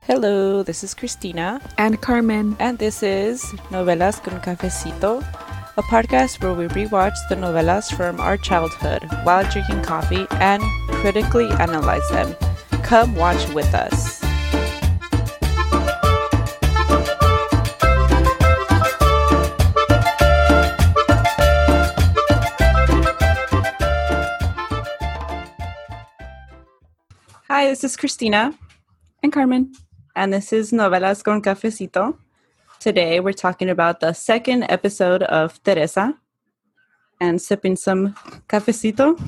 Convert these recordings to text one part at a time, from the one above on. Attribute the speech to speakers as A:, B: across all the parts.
A: Hello, this is Christina,
B: and Carmen.
A: and this is Novelas con Cafecito, a podcast where we rewatch the novelas from our childhood while drinking coffee and critically analyze them. Come watch with us. Hi, this is Christina.
B: And Carmen.
A: and this is Novelas con Cafecito. Today we're talking about the second episode of Teresa and sipping some cafecito.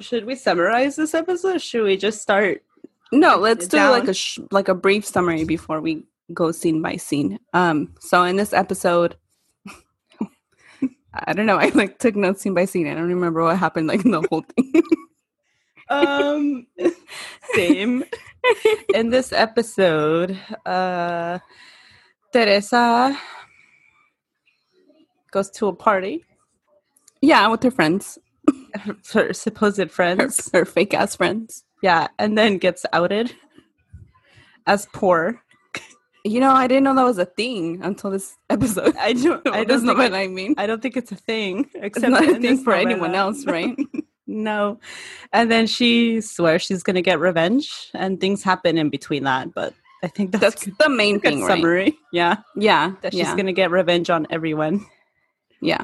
A: Should we summarize this episode? Should we just start?
B: No, let's do
A: Down.
B: like a sh- like a brief summary before we go scene by scene. Um, so in this episode, I don't know. I like took notes scene by scene. I don't remember what happened like in the whole thing.
A: Um, same. In this episode, uh, Teresa goes to a party.
B: yeah, with her friends,
A: Her supposed
B: her,
A: friends.
B: her fake ass friends.
A: Yeah, and then gets outed as poor.
B: You know, I didn't know that was a thing until this episode.
A: I don't- I
B: I
A: don't
B: don't know
A: think
B: what I mean.
A: I don't think it's a thing.
B: It's
A: Except
B: not a
A: in this
B: thing for anyone
A: novella.
B: else, right?
A: No. And then she swears she's going to get revenge, and things happen in between that. But I think that's,
B: That's
A: a good,
B: the main
A: good
B: thing, right?
A: summary. Yeah,
B: Yeah,
A: that she's
B: yeah,
A: going to get revenge on everyone.
B: yeah.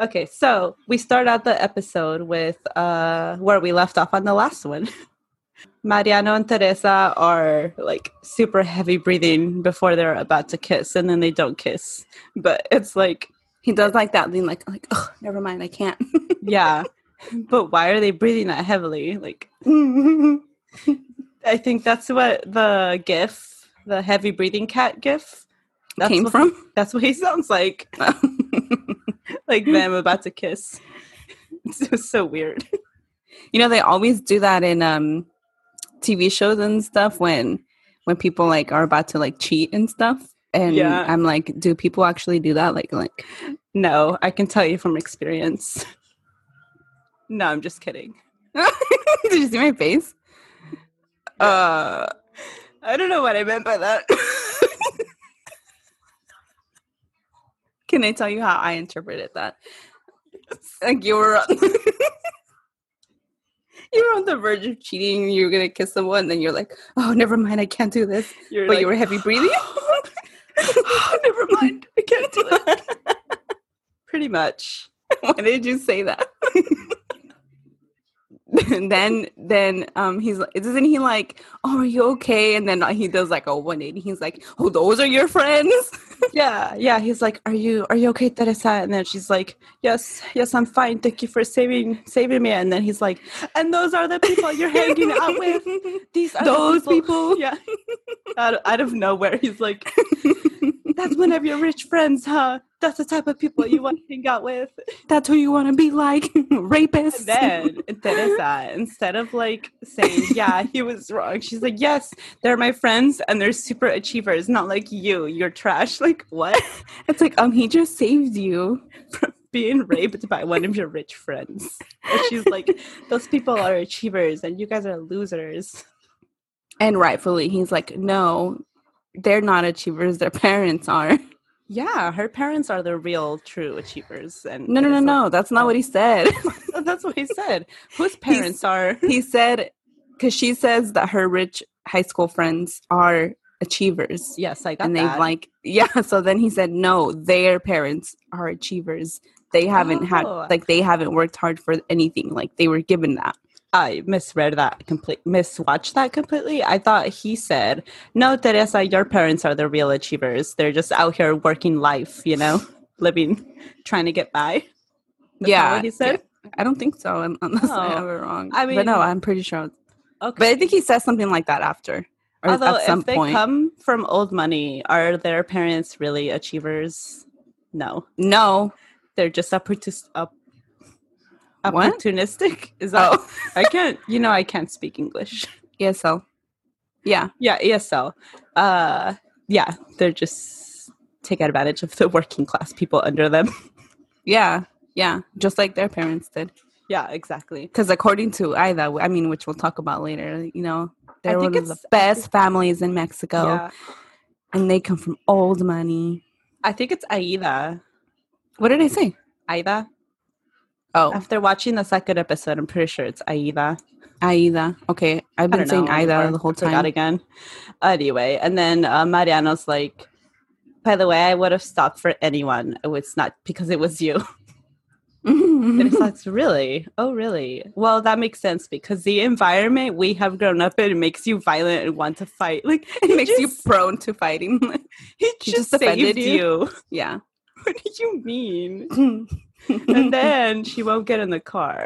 A: Okay, so we start out the episode with uh, where we left off on the last one. Mariano and Teresa are like super heavy breathing before they're about to kiss, and then they don't kiss. But it's like
B: He does like that thing, like like, oh, never mind, I can't.
A: yeah but why are they breathing that heavily like i think that's what the gif the heavy breathing cat gif that's
B: Came
A: what-
B: from.
A: that's what he sounds like like them about to kiss it's just so weird
B: you know, they always do that in um TV shows and stuff when when people like are about to like cheat and stuff. And
A: Yeah.
B: I'm like, do people actually do that? Like, like
A: no i can tell you from experience no i'm just kidding
B: did you see my face? Uh,
A: i don't know what i meant by that
B: can I tell you how I interpreted that? Like you were you were on the verge of cheating. You were gonna kiss someone, and then you're like, oh, never mind, I can't do this.
A: You're
B: but
A: like, Oh,
B: you were heavy breathing.
A: never mind i can't do that pretty much
B: Why did you say that? and then then um he's like isn't he like oh are you okay and then uh, he does like a 180 he's like oh those are your friends
A: Yeah, yeah. He's like, "Are you are you okay, Teresa?" And then she's like, "Yes, yes, I'm fine. Thank you for saving saving me." And then he's like, "And those are the people you're hanging out with. These are the
B: those people,
A: Yeah. out, of, out of nowhere, he's like, "That's one of your rich friends, huh? That's the type of people you want to hang out with."
B: that's who you want to be like rapists
A: And then Teresa, instead of like saying, "Yeah, he was wrong," she's like, "Yes, they're my friends, and they're super achievers. Not like you. You're trash. Like what?"
B: it's like um he just saved you
A: from being raped by one of your rich friends. And she's like, those people are achievers and you guys are losers.
B: and rightfully he's like no they're not achievers, their parents are.
A: Yeah, her parents are the real true achievers. And
B: No, no, no,
A: Teresa-
B: no. That's not what he said.
A: That's what he said. Whose parents are?
B: he said because she says that her rich high school friends are achievers.
A: Yes, I got
B: and they
A: that.
B: like yeah so then he said no their parents are achievers they haven't had
A: Oh.
B: like they haven't worked hard for anything like they were given that
A: I misread that complete miswatched that completely. I thought he said, "No, Teresa, your parents are the real achievers. They're just out here working life, you know, living, trying to get by." That's not
B: yeah
A: what he said.
B: i don't think so un- unless i
A: Oh.
B: have it wrong
A: I
B: but no
A: mean-
B: i'm pretty sure
A: Okay,
B: but i think he says something like that after or
A: although
B: at some
A: if they
B: point
A: come from old money, are their parents really achievers? No,
B: no
A: they're just opportunis- op-
B: What?
A: opportunistic. Is that?
B: oh E
A: I can't. You know, I can't speak English.
B: yeah so yeah
A: Yeah, ESL. Uh, yeah, they're just take advantage of the working class people under them.
B: yeah yeah just like their parents did
A: yeah, exactly.
B: because according to ida i mean which we'll talk about later you know they're
A: think
B: one of the
A: it's- I
B: best families in mexico
A: Yeah.
B: and they come from old money
A: I think it's Aida.
B: What did I say?
A: Aida.
B: Oh,
A: After watching the second episode, I'm pretty sure it's Aida.
B: Aida. Okay, I've
A: I
B: been
A: don't
B: saying
A: know,
B: Aida
A: or
B: the whole
A: forgot
B: time.
A: again. Anyway, and then uh, Mariano's like, "By the way, I would have stopped for anyone. Oh, It's not because it was you." And it's like, really? Oh, really? Well, that makes sense because the environment we have grown up in makes you violent and want to fight. Like
B: it makes you
A: just-
B: prone to fighting.
A: He
B: He
A: just,
B: just
A: saved
B: offended
A: you.
B: you. yeah.
A: What do you mean? and
B: and
A: then she won't get in the car.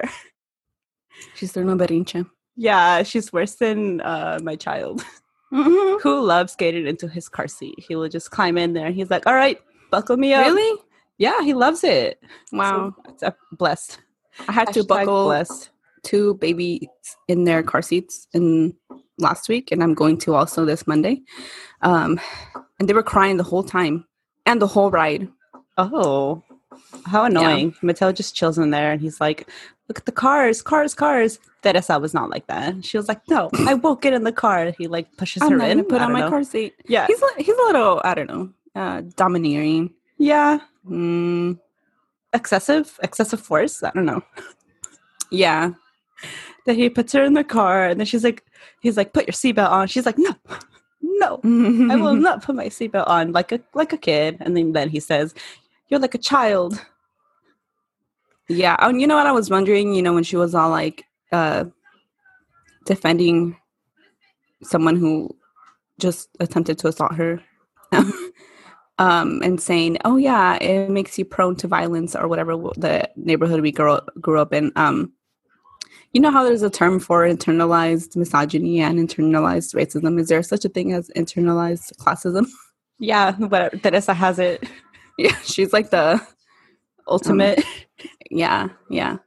B: she's their berrinche.
A: Yeah, she's worse than uh, my child,
B: Mm-hmm.
A: who loves skating into his car seat. He will just climb in there. and He's like, "All right, buckle me up."
B: Really?
A: Yeah, he loves it.
B: Wow.
A: so, it's, uh, blessed.
B: I had to
A: Hashtag
B: buckle
A: blessed.
B: two babies in their car seats in last week, and I'm going to also this Monday. Um, and they were crying the whole time and the whole ride.
A: Oh, how annoying. Mateo just chills in there and he's like, Look at the cars, cars, cars. Teresa was not like that. She was like, No, I won't get in the car. He like pushes her
B: I'm not
A: in.
B: gonna put
A: I
B: on
A: don't
B: my
A: know. Uh,
B: car seat.
A: Yeah.
B: He's a- he's a little I don't know uh, domineering.
A: yeah. Hmm.
B: Mm,
A: Excessive, excessive force. I don't know.
B: yeah.
A: Then he puts her in the car and then she's like, He's like, Put your seatbelt on. She's like, No, no, I will not put my seatbelt on like a like a kid. And then, then he says, You're like a child.
B: Yeah. And you know what I was wondering, you know, when she was all like uh defending someone who just attempted to assault her. um and saying, "Oh yeah, it makes you prone to violence or whatever w- the neighborhood we grew grew up in." Um you know how there's a term for internalized misogyny and internalized racism? Is there such a thing as internalized classism?
A: Yeah, whatever. Teresa has it. Um,
B: yeah, she's like the
A: Ultimate.
B: Yeah, yeah.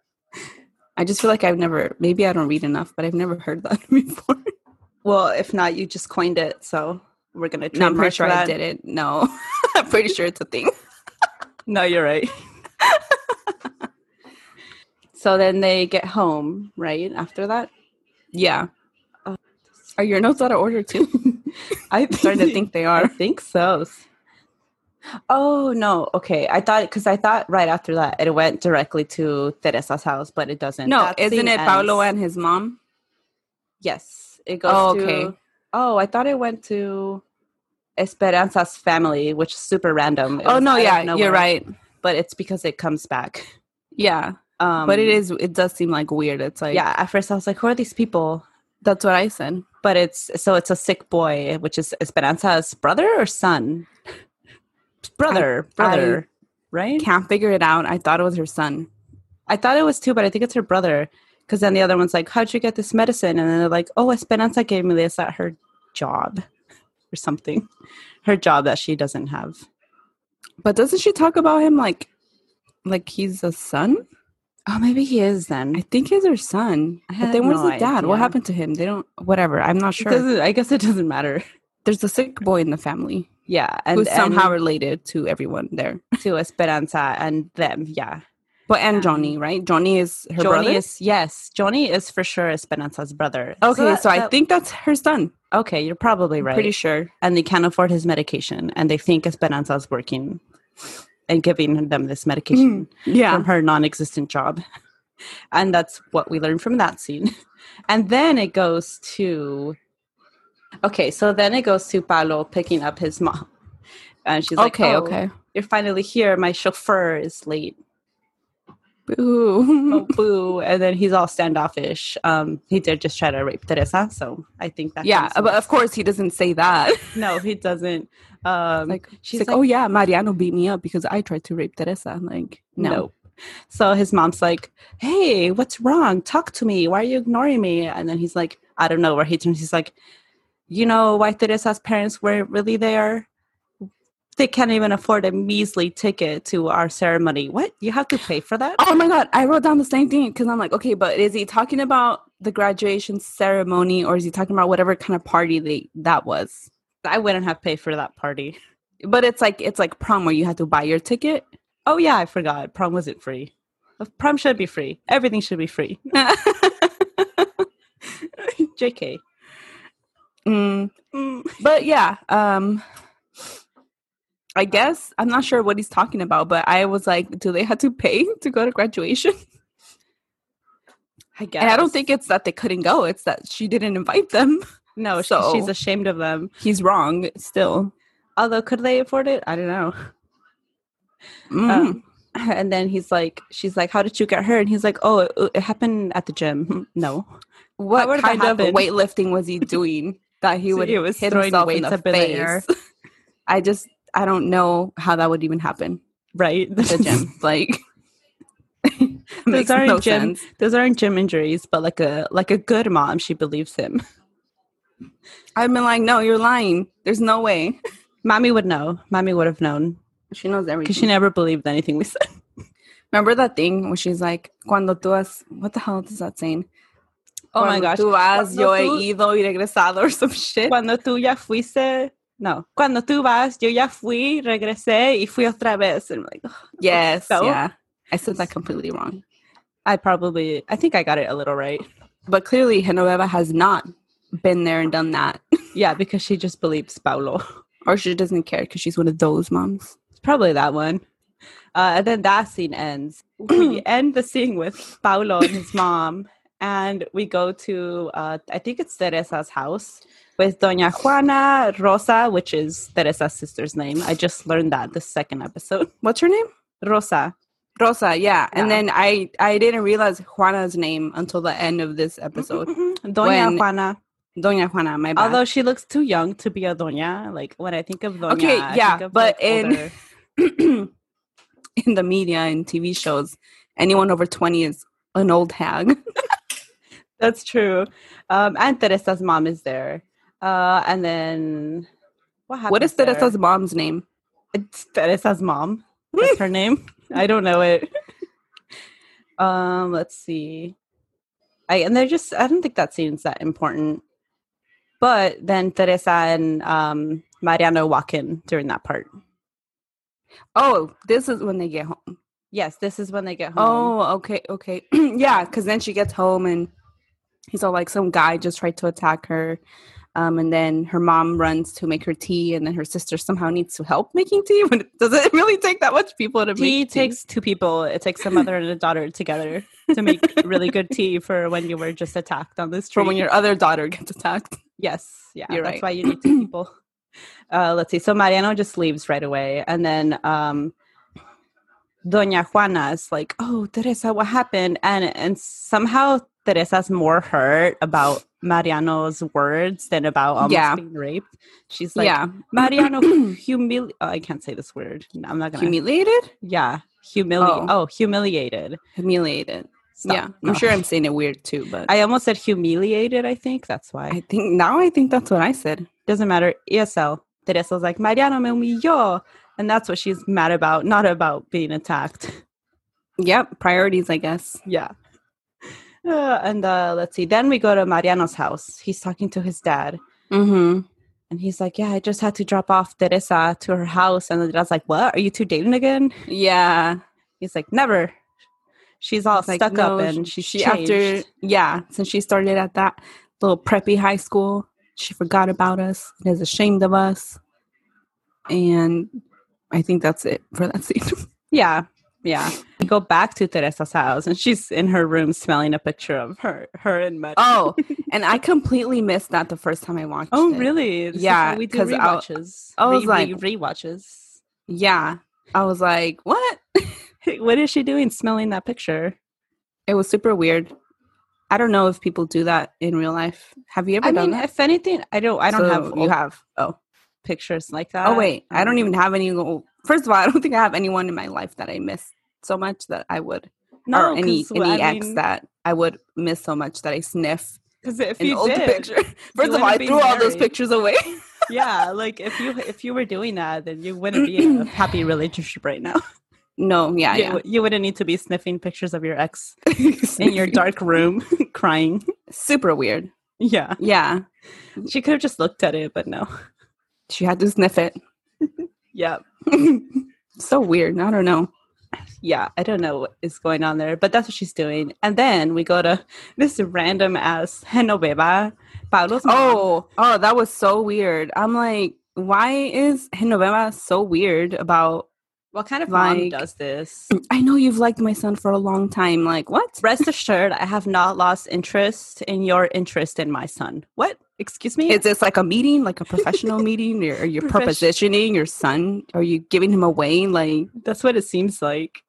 B: I just feel like I've never, maybe I don't read enough, but I've never heard that before.
A: Well, if not, you just coined it, so we're gonna.
B: No, I'm
A: trademark
B: pretty sure I
A: that.
B: did it. No, I'm pretty sure it's a thing.
A: No, you're right. so then they get home, right? After that,
B: Yeah. Are your notes out of order too?
A: I'm
B: starting to think they
A: I
B: are.
A: think so. Oh no! Okay, I thought because I thought right after that it went directly to Teresa's house, but it doesn't.
B: No,
A: That
B: isn't
A: scene
B: it Paolo
A: ends-
B: and his mom?
A: Yes, it goes.
B: Oh,
A: okay.
B: okay.
A: oh, I thought it went to Esperanza's family, which is super random. It
B: Oh,
A: was
B: no,
A: out of
B: yeah, you're
A: nowhere,
B: right.
A: But it's because it comes back.
B: Yeah.
A: Um,
B: but it is, it does seem like weird. It's like,
A: yeah at first i was like who are these people
B: that's what I said.
A: but it's so it's a sick boy which is esperanza's brother or son brother brother right
B: Can't figure it out. I thought it was her son.
A: i thought it was two but i think it's her brother because then the other one's like how'd you get this medicine and then they're like oh esperanza gave me this at her job or something her job that she doesn't have
B: But doesn't she talk about him like, like he's a son?
A: oh maybe he is then
B: I think he's her son.
A: had
B: But then where's
A: no
B: the dad? What
A: idea.
B: happened to him? They don't. Whatever. I'm not
A: It
B: sure.
A: doesn't- i guess it doesn't matter
B: There's a sick boy in the family
A: yeah and
B: who's somehow
A: and
B: related to everyone there.
A: to esperanza and them yeah
B: But and
A: Um,
B: Johnny, right? Johnny is her
A: Johnny
B: brother.
A: is yes. Johnny is for sure Esperanza's brother.
B: okay, so,
A: that-
B: I
A: that-
B: think that's her son.
A: Okay, you're probably
B: I'm
A: right.
B: Pretty sure.
A: and they can't afford his medication, and they think Esperanza's working and giving them this medication
B: Yeah.
A: from her non-existent job. And that's what we learned from that scene. And then it goes to Okay, so then it goes to Palo picking up his mom. And she's
B: okay.
A: like, "Oh,
B: okay.
A: You're finally here. My chauffeur is late.
B: Boo.
A: Oh, boo. And then he's all standoffish. Um, he did just try to rape Teresa, so I think that
B: yeah,
A: comes
B: but of course he doesn't say that.
A: next. no, he doesn't. Um,
B: like she's
A: she's
B: like,
A: like-
B: oh yeah, Mariano beat me up because I tried to rape Teresa. I'm like, no.
A: No. So his mom's like, Hey, what's wrong? Talk to me. Why are you ignoring me? And then he's like, I don't know where he turns. He's like, You know why Teresa's parents weren't really there? They can't even afford a measly ticket to our ceremony. What? You have to pay for that?
B: Oh my god, I wrote down the same thing because I'm like, okay, but is he talking about the graduation ceremony or is he talking about whatever kind of party they that was?
A: I wouldn't have paid for that party.
B: But it's like it's like prom where you had to buy your ticket.
A: Oh, yeah, I forgot. Prom wasn't free. Prom should be free. Everything should be free. JK.
B: Mm, but yeah, um
A: Uh,
B: I guess I'm not sure what he's talking about, but I was like, do they have to pay to go to graduation?
A: I guess.
B: And I don't think it's that they couldn't go, it's that she didn't invite them.
A: No, she-
B: so.
A: she's ashamed of them.
B: He's wrong still.
A: Although, could they afford it? I don't know.
B: Mm.
A: Um, and then he's like, she's like, how did you get hurt? And he's like, oh, it, it happened at the gym. No,
B: what
A: How would that
B: kind of
A: happen?
B: weightlifting was he doing that he
A: So
B: would
A: he was
B: hit
A: throwing
B: himself in
A: weights
B: the
A: up in the air.
B: face? I just I don't know how that would even happen.
A: right?
B: At the gym, like it makes
A: aren't
B: no
A: gym-
B: sense.
A: Those aren't gym injuries, but like a like a good mom, she believes him.
B: I've been like, no, you're lying. There's no way.
A: Mommy would know. Mommy would have known
B: She knows everything.
A: because she never believed anything we said.
B: Remember that thing when she's like, "Cuando tú has," what the hell is that saying?
A: Oh my
B: Cuando
A: gosh.
B: Tú has,
A: Cuando
B: yo he
A: tú-
B: ido y regresado or some shit.
A: Cuando tú ya fuiste, no. Cuando tú vas, yo ya fui, regresé y fui otra vez. And I'm like, ugh.
B: yes,
A: So-
B: yeah. I said that completely wrong.
A: I probably, I think I got it a little right.
B: But clearly, Genoveva has not been there and done that.
A: Yeah, because she just believes Paulo.
B: or she doesn't care because she's one of those moms.
A: Probably that one. Uh, and then that scene ends. We end the scene with Paolo and his mom, and we go to, uh, I think it's Teresa's house with Doña Juana Rosa, which is Teresa's sister's name. I just learned that the second episode.
B: What's her name?
A: Rosa.
B: Rosa. Yeah. And
A: Yeah.
B: then I I didn't realize Juana's name until the end of this
A: So,
B: episode.
A: Doña
B: When-
A: Juana.
B: Doña Juana. My bad.
A: Although she looks too young to be a Doña, like when I think of Doña,
B: Okay,
A: I
B: yeah,
A: think of, like,
B: but in-
A: older-
B: in the media and TV shows, anyone over twenty is an old hag.
A: That's true. Um, and Teresa's mom is there. Uh, and then what happens?
B: what is
A: there?
B: Teresa's mom's name?
A: It's Teresa's mom. That's her name. I don't know it. Um, let's see. I and they're just I don't think that scene's that important. But then Teresa and um Mariano walk in during that part.
B: Oh, this is when they get home.
A: Yes, this is when they get home.
B: Oh, okay, okay. yeah, because then she gets home and he's all like, some guy just tried to attack her. Um, and then her mom runs to make her tea, and then her sister somehow needs to help making tea. But it doesn't really take that much people to
A: tea
B: make tea.
A: takes two people. It takes a mother and a daughter together to make really good tea for when you were just attacked on the street.
B: for when your other daughter gets attacked.
A: Yes, yeah,
B: You're
A: that's
B: right.
A: why you need two people. Uh, let's see. So Mariano just leaves right away, and then um, Doña Juana is like, "Oh, Teresa, what happened?" And and somehow Teresa's more hurt about Mariano's words than about almost
B: Yeah.
A: being raped. She's like,
B: yeah,
A: "Mariano humili Oh, I can't say this word. No, I'm not gonna.
B: humiliated,
A: yeah, humiliated.
B: Oh.
A: Oh. humiliated.
B: humiliated.
A: Stop.
B: Yeah,
A: No.
B: I'm sure I'm saying it weird too, but I,
A: I almost said humiliated. I think that's why.
B: I think now I think that's what I said.
A: doesn't matter ESL. Teresa's like Mariano me humilló, and that's what she's mad about, not about being attacked.
B: Yep, priorities, I guess.
A: Yeah. Uh, and uh, let's see. Then we go to Mariano's house. He's talking to his dad,
B: Mm-hmm.
A: and he's like, "Yeah, I just had to drop off Teresa to her house." And the dad's like, "What? Are you two dating again?"
B: Yeah,
A: He's like, "Never." She's all
B: It's like,
A: stuck
B: no,
A: up, and
B: sh-
A: she's
B: she after yeah since she started at that little preppy high school She forgot about us and is ashamed of us. And I think that's it for that scene.
A: Yeah. Yeah. We go back to Teresa's house and she's in her room smelling a picture of her her and Maria.
B: oh, and I completely missed that the first time I watched
A: Oh,
B: it.
A: really? This is
B: Yeah,
A: how we do
B: 'cause I-
A: rewatches.
B: I was
A: Re-
B: like-
A: re- rewatches.
B: Yeah. I was like, what?
A: What is she doing smelling that picture?
B: It was super weird. I don't know if people do that in real life. Have you ever
A: I
B: done
A: mean,
B: that?
A: if anything, I don't I don't
B: So
A: have
B: you
A: old
B: have. Oh.
A: pictures like that.
B: Oh wait, I don't even have any. old- First of all, I don't think I have anyone in my life that I miss so much that I would,
A: No,
B: or any
A: 'cause,
B: any
A: I
B: ex
A: mean,
B: that I would miss so much that I sniff
A: Because if
B: an
A: you
B: old
A: did,
B: picture. First of
A: wouldn't
B: all, I
A: be
B: threw all those
A: married.
B: pictures away.
A: yeah, like if you if you were doing that, then you wouldn't be in a happy relationship right now.
B: no, yeah,
A: you,
B: yeah.
A: w- you wouldn't need to be sniffing pictures of your ex in your dark room, crying.
B: super weird.
A: Yeah,
B: Yeah, Mm-hmm.
A: she could have just looked at it, but no.
B: she had to sniff it.
A: Yeah,
B: so weird. I don't know.
A: yeah. I don't know what is going on there, but that's what she's doing. And then we go to this random ass Genoveva, Paulo's mom.
B: Oh, oh, that was so weird. I'm like, why is Genoveva so weird about?
A: what kind of mom
B: like-
A: does this?
B: I know you've liked my son for a long time. Like, what?
A: Rest assured, I have not lost interest in your interest in my son. What? Excuse me?
B: Is this like a meeting, like a professional meeting? Or are you
A: Profession-
B: propositioning your son? Are you giving him away? Like,
A: That's what it seems like.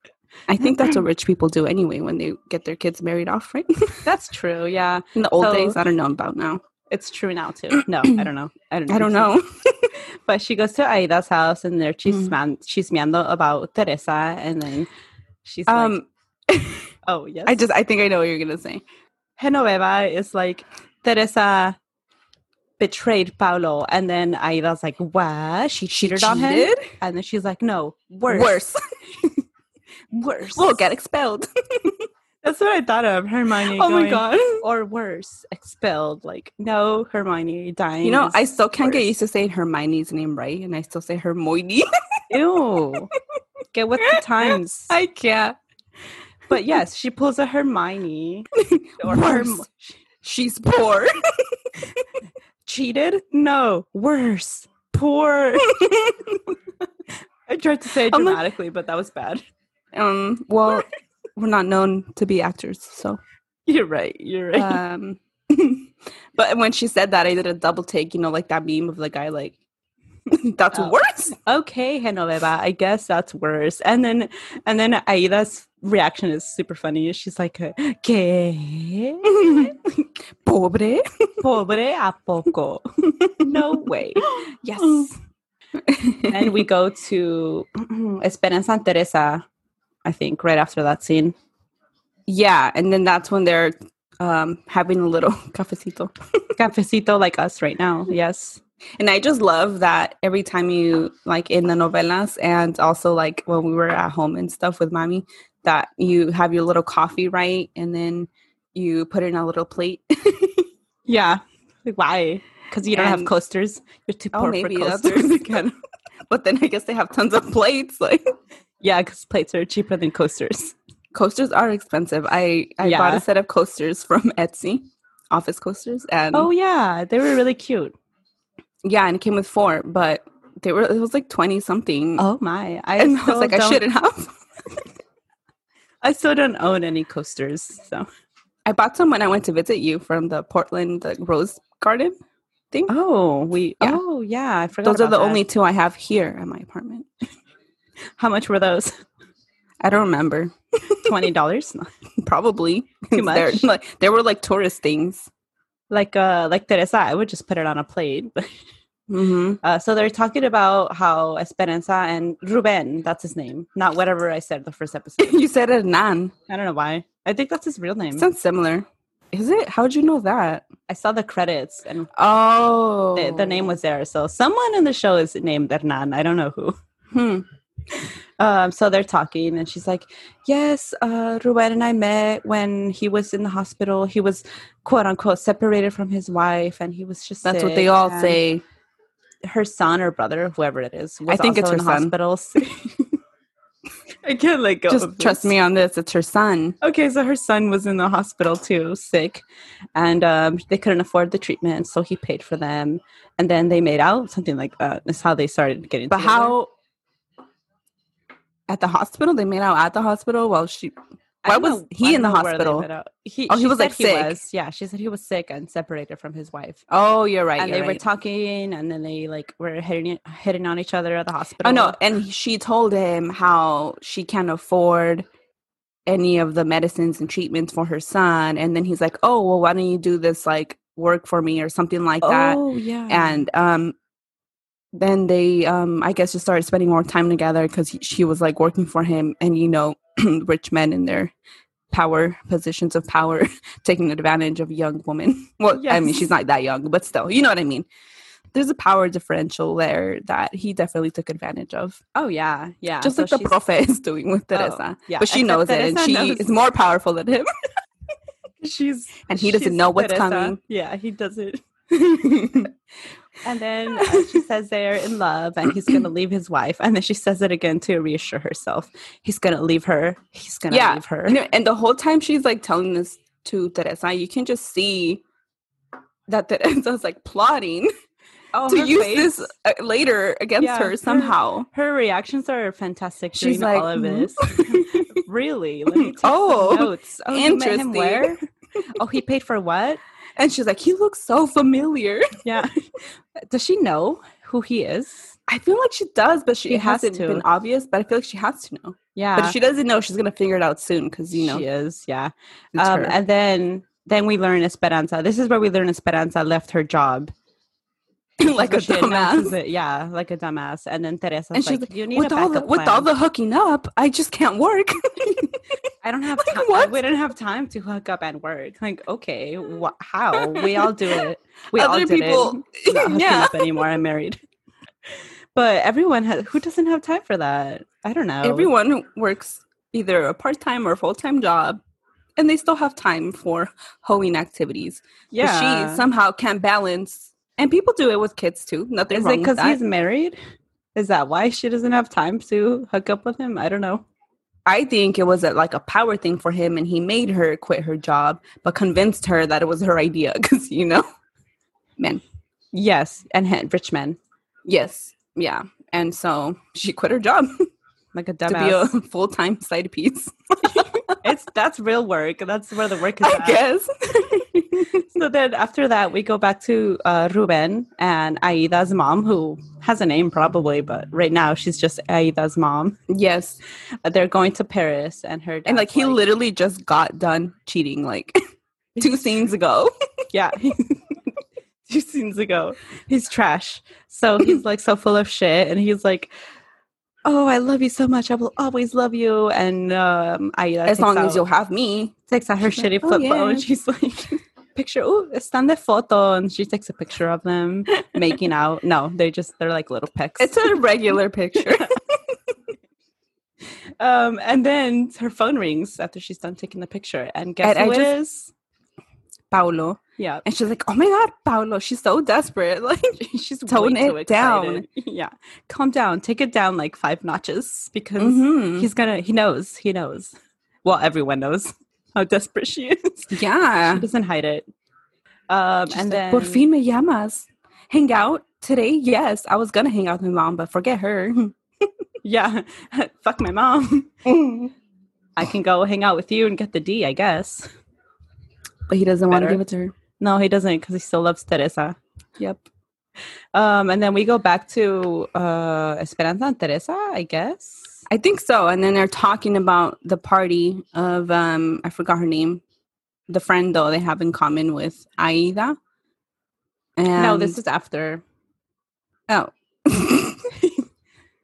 B: I think that's what rich people do anyway when they get their kids married off, right?
A: That's true. Yeah,
B: In the old
A: So-
B: days, I don't know about now.
A: it's true now too. No, I don't know. I don't.
B: I don't know.
A: But she goes to Aida's house and they're
B: Mm.
A: chisman- chismeando about Teresa, and then she's like,
B: Um,
A: "Oh yes."
B: I just, I think I know what you're gonna say.
A: Genoveva is like Teresa betrayed Paulo, and then Aida's like, "What? She cheated, on him?"
B: Cheated?
A: And then she's like, "No, worse,
B: Worse.
A: worse."
B: we'll get expelled.
A: That's what I thought of Hermione.
B: oh my
A: going,
B: god.
A: Or worse, expelled. Like, no, Hermione dying.
B: You know,
A: is
B: I still can't get
A: worse.
B: used to saying Hermione's name right, and I still say Hermione.
A: Ew. Get with the times.
B: I can't.
A: but yes, she pulls a Hermione. Or
B: Worse.
A: Herm-
B: She's poor.
A: cheated? No. Worse. Poor. I tried to say it
B: I'm like-
A: dramatically, but that was bad.
B: um. Well, we're not known to be actors, so.
A: You're right. You're right.
B: Um, but when she said that, I did a double take. You know, like that meme of the guy like, "That's
A: Oh.
B: worse."
A: okay, Genoveva, I guess that's worse. And then and then Aida's reaction is super funny. She's like, ¿Qué?
B: Pobre.
A: Pobre a poco. No way. Yes. and we go to Esperanza and Teresa, I think, right after that scene.
B: Yeah, and then that's when they're um having a little cafecito.
A: Cafecito like us right now. Yes.
B: And I just love that every time you like in the novelas and also like when we were at home and stuff with mommy, that you have your little coffee right, and then you put in a little plate.
A: Yeah. Like, why? Because you don't have
B: And-
A: coasters. You're too poor
B: oh,
A: for
B: maybe that's where
A: coasters.
B: they can. But then I guess they have tons of plates. Like
A: yeah, because plates are cheaper than coasters.
B: coasters are expensive. I I bought
A: Yeah.
B: a set of coasters from Etsy, office coasters, and
A: Oh yeah, they were really cute.
B: yeah, and it came with four, but they were it was like twenty something.
A: Oh my! I,
B: and I
A: still
B: was like, I
A: don't-
B: shouldn't have.
A: I still don't own any coasters. So.
B: I bought some when I went to visit you from the Portland the Rose Garden thing.
A: Oh, we.
B: Yeah.
A: Oh yeah, I forgot.
B: Those are
A: about
B: the
A: that.
B: only two I have here at my apartment.
A: How much were those?
B: I don't remember.
A: Twenty dollars.
B: Probably
A: Too
B: They're,
A: much?
B: like, they were like tourist things.
A: like uh like Teresa, I would just put it on a plate.
B: hmm
A: uh, so they're talking about how Esperanza and Ruben, that's his name, not whatever I said the first episode.
B: you said Hernan.
A: I don't know why. I think that's his real name.
B: Sounds similar. Is it? How'd you know that?
A: I saw the credits and
B: Oh,
A: the, the name was there. So someone in the show is named Hernan. I don't know who.
B: Hmm.
A: Um, so they're talking, and she's like, "Yes, uh, Ruben and I met when he was in the hospital. He was quote unquote separated from his wife, and he was just
B: That's what
A: sick,
B: they all
A: and
B: say.
A: Her son or brother, whoever it is, was
B: I think
A: also
B: it's
A: in
B: her son.
A: hospitals. I can't like go.
B: Just
A: of
B: trust
A: this.
B: me on this. It's her son.
A: Okay, so her son was in the hospital too, sick, and um, they couldn't afford the treatment, so he paid for them, and then they made out. Something like that. That's how they started getting.
B: But
A: together.
B: how? At the hospital, they made out at the hospital while she.
A: I
B: Why
A: don't
B: was
A: know- I
B: he in the
A: don't know where they
B: hospital?
A: met up. He,
B: Oh, he
A: she
B: was,
A: said
B: like, sick.
A: Yeah, she said he was sick and separated from his wife.
B: Oh, you're right.
A: and
B: you're
A: they were
B: right.
A: talking, and then they like were hitting hitting on each other at the hospital.
B: Oh no, and she told him how she can't afford any of the medicines and treatments for her son, and then he's like, "Oh, well, why don't you do this like work for me or something like that?"
A: Oh yeah.
B: And um, then they, um, I guess, just started spending more time together because she was like working for him, and you know, rich men in their power positions of power taking advantage of young women. Well, I mean,
A: Yes.
B: she's not that young, but still, you know what I mean. There's a power differential there that he definitely took advantage of
A: oh yeah, yeah.
B: just
A: So
B: like the
A: she's-
B: profe is doing with
A: Oh,
B: Teresa.
A: yeah,
B: But she
A: except
B: knows it, and
A: Teresa
B: she
A: knows-
B: is more powerful than him,
A: she's
B: and he doesn't
A: she's
B: know what's
A: Teresa.
B: coming.
A: Yeah, he doesn't. And then uh, she says they're in love and he's going to leave his wife. And then she says it again to reassure herself. He's going to leave her. He's going to
B: Yeah,
A: leave her.
B: You know, and the whole time she's like telling this to Teresa, you can just see that Teresa's like plotting
A: Oh,
B: to
A: her
B: use
A: face-
B: this uh, later against
A: Yeah,
B: her
A: her-
B: somehow.
A: Her reactions are fantastic
B: She's
A: during
B: like,
A: all of
B: "Mhm."
A: this. really? Let me take
B: Oh,
A: some notes. Oh, you met him
B: interesting.
A: where? Oh, he paid for what?
B: And she's like, he looks so familiar.
A: Yeah. Does she know who he is?
B: I feel like she does, but she,
A: She
B: it
A: has
B: hasn't
A: to.
B: been obvious. But I feel like she has to know.
A: Yeah.
B: But if she doesn't know, she's gonna figure it out soon because you know
A: she is. Yeah.
B: it's
A: Um,
B: her.
A: and then then we learn Esperanza. This is where we learn Esperanza left her job
B: like a
A: So she announces
B: dumbass.
A: it, yeah, like a dumbass. And then Teresa
B: And
A: like,
B: she's like,
A: "You need
B: with
A: a
B: all the
A: backup
B: with all
A: plan."
B: the hooking up, I just can't work.
A: I don't have
B: like,
A: time.
B: what?
A: We didn't have time to hook up and work. Like, okay, wha how? We all do it. We all
B: Other
A: did
B: people-
A: it. Not hooking
B: Yeah.
A: up anymore. I'm married. But everyone has. Who doesn't have time for that? I don't know.
B: Everyone works either a part time or full time job, and they still have time for hoeing activities. But
A: Yeah.
B: she somehow can't balance, and people do it with kids too. Nothing
A: is
B: wrong
A: it
B: with
A: because
B: that.
A: he's married? Is that why she doesn't have time to hook up with him? I don't know.
B: I think it was a, like a power thing for him, and he made her quit her job, but convinced her that it was her idea because you know, men.
A: Yes, and he- rich man,
B: Yes, yeah, and so she quit her job
A: like a
B: to be a
A: dumbass.
B: full time side piece.
A: it's that's real work. That's where the work is.
B: I
A: at.
B: guess.
A: so then after that we go back to uh, ruben and aida's mom who has a name probably but right now she's just aida's mom
B: yes,
A: Uh, they're going to paris and her
B: and like
A: dad's
B: he literally just got done cheating like two scenes ago.
A: yeah two scenes ago he's trash so he's like so full of shit and he's like oh i love you so much i will always love you and um aida
B: as
A: takes
B: long as
A: out-
B: you'll have me.
A: takes out her
B: She's like,
A: shitty
B: "Oh,
A: flip phone.
B: yeah."
A: And she's like, picture, oh, stand the photo. And she takes a picture of them making out. No, they just, they're like little pecks.
B: It's a regular picture.
A: um, and then her phone rings after she's done taking the picture. And guess
B: And I
A: who it
B: just-
A: is?
B: Paolo.
A: Yeah.
B: And she's like, oh my God, Paolo. She's so desperate. Like,
A: She's way
B: Tone
A: too
B: it down.
A: excited. Yeah. Calm down. Take it down like five notches because
B: Mhm.
A: he's going to, he knows, he knows. Well, everyone knows how desperate she is.
B: yeah.
A: She doesn't hide it. Um,
B: She's
A: and
B: like,
A: then,
B: Por fin me llamas. Hang out today? Yes. I was going to hang out with my mom, but forget her.
A: yeah, fuck my mom.
B: but
A: I can go hang out with you and get the D, I guess.
B: he doesn't want to
A: Better.
B: give it to her.
A: No, he doesn't because he still loves Teresa.
B: Yep.
A: Um, and then we go back to uh, Esperanza and Teresa, I guess.
B: I think so. And then they're talking about the party of, um, I forgot her name, the friend though they have in common with Aida. And
A: no, this is after.
B: Oh.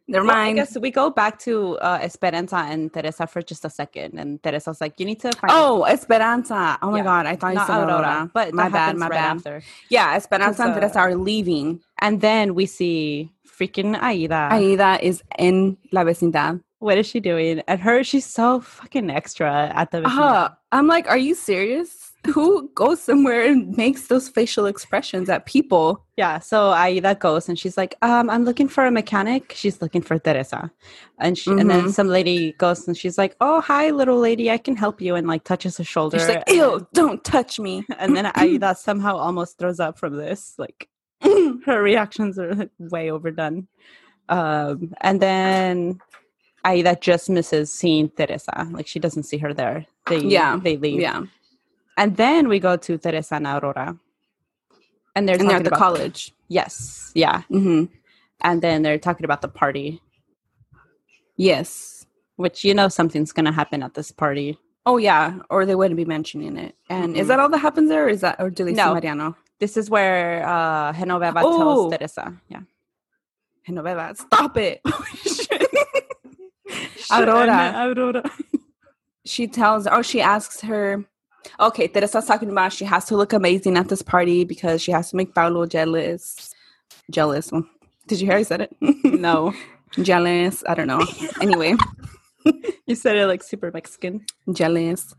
B: Never
A: Well, I
B: mind.
A: guess we go back to uh, Esperanza and Teresa for just a second. And Teresa's like, you need to find
B: oh, Esperanza. Oh my
A: Yeah.
B: God. I thought you
A: not
B: said Aurora.
A: Aurora. But
B: my
A: that
B: bad,
A: happens
B: my
A: right
B: bad.
A: After.
B: Yeah, Esperanza and
A: Because, uh,
B: Teresa are leaving.
A: And then we see freaking Aida.
B: Aida is in La Vecindad.
A: what is she doing? And her, she's so fucking extra at the.
B: Uh-huh. Uh, I'm like, are you serious? who goes somewhere and makes those facial expressions at people?
A: Yeah, so Aida goes and she's like, um, I'm looking for a mechanic. She's looking for Teresa. And she, and then
B: Mhm.
A: some lady goes and she's like, Oh, hi, little lady. I can help you. And like touches her shoulder.
B: She's like, ew, don't touch me.
A: And then Aida somehow almost throws up from this. Like her reactions are like, way overdone. Um, and then Aida just misses seeing Teresa. Like she doesn't see her there. They,
B: Yeah,
A: They leave.
B: Yeah.
A: And then we go to Teresa and Aurora. And they're
B: And
A: talking
B: they're at the
A: about-
B: college.
A: Yes. Yeah.
B: hmm
A: And then they're talking about the party,
B: Yes.
A: which you know something's going to happen at this party.
B: Oh, yeah. Or they wouldn't be mentioning it. And
A: Mhm.
B: is that all that happens there? Or is that, or do they
A: No.
B: see Mariano?
A: This is where uh Genoveva
B: Oh.
A: tells Teresa. Yeah.
B: Novela, stop it.
A: Aurora.
B: Aurora. she tells, or she asks her, okay, Teresa's talking about she has to look amazing at this party because she has to make Paulo jealous. Jealous. Mm. Did you hear I said it?
A: No.
B: jealous. I don't know. Anyway,
A: you said it like super Mexican.
B: jealous.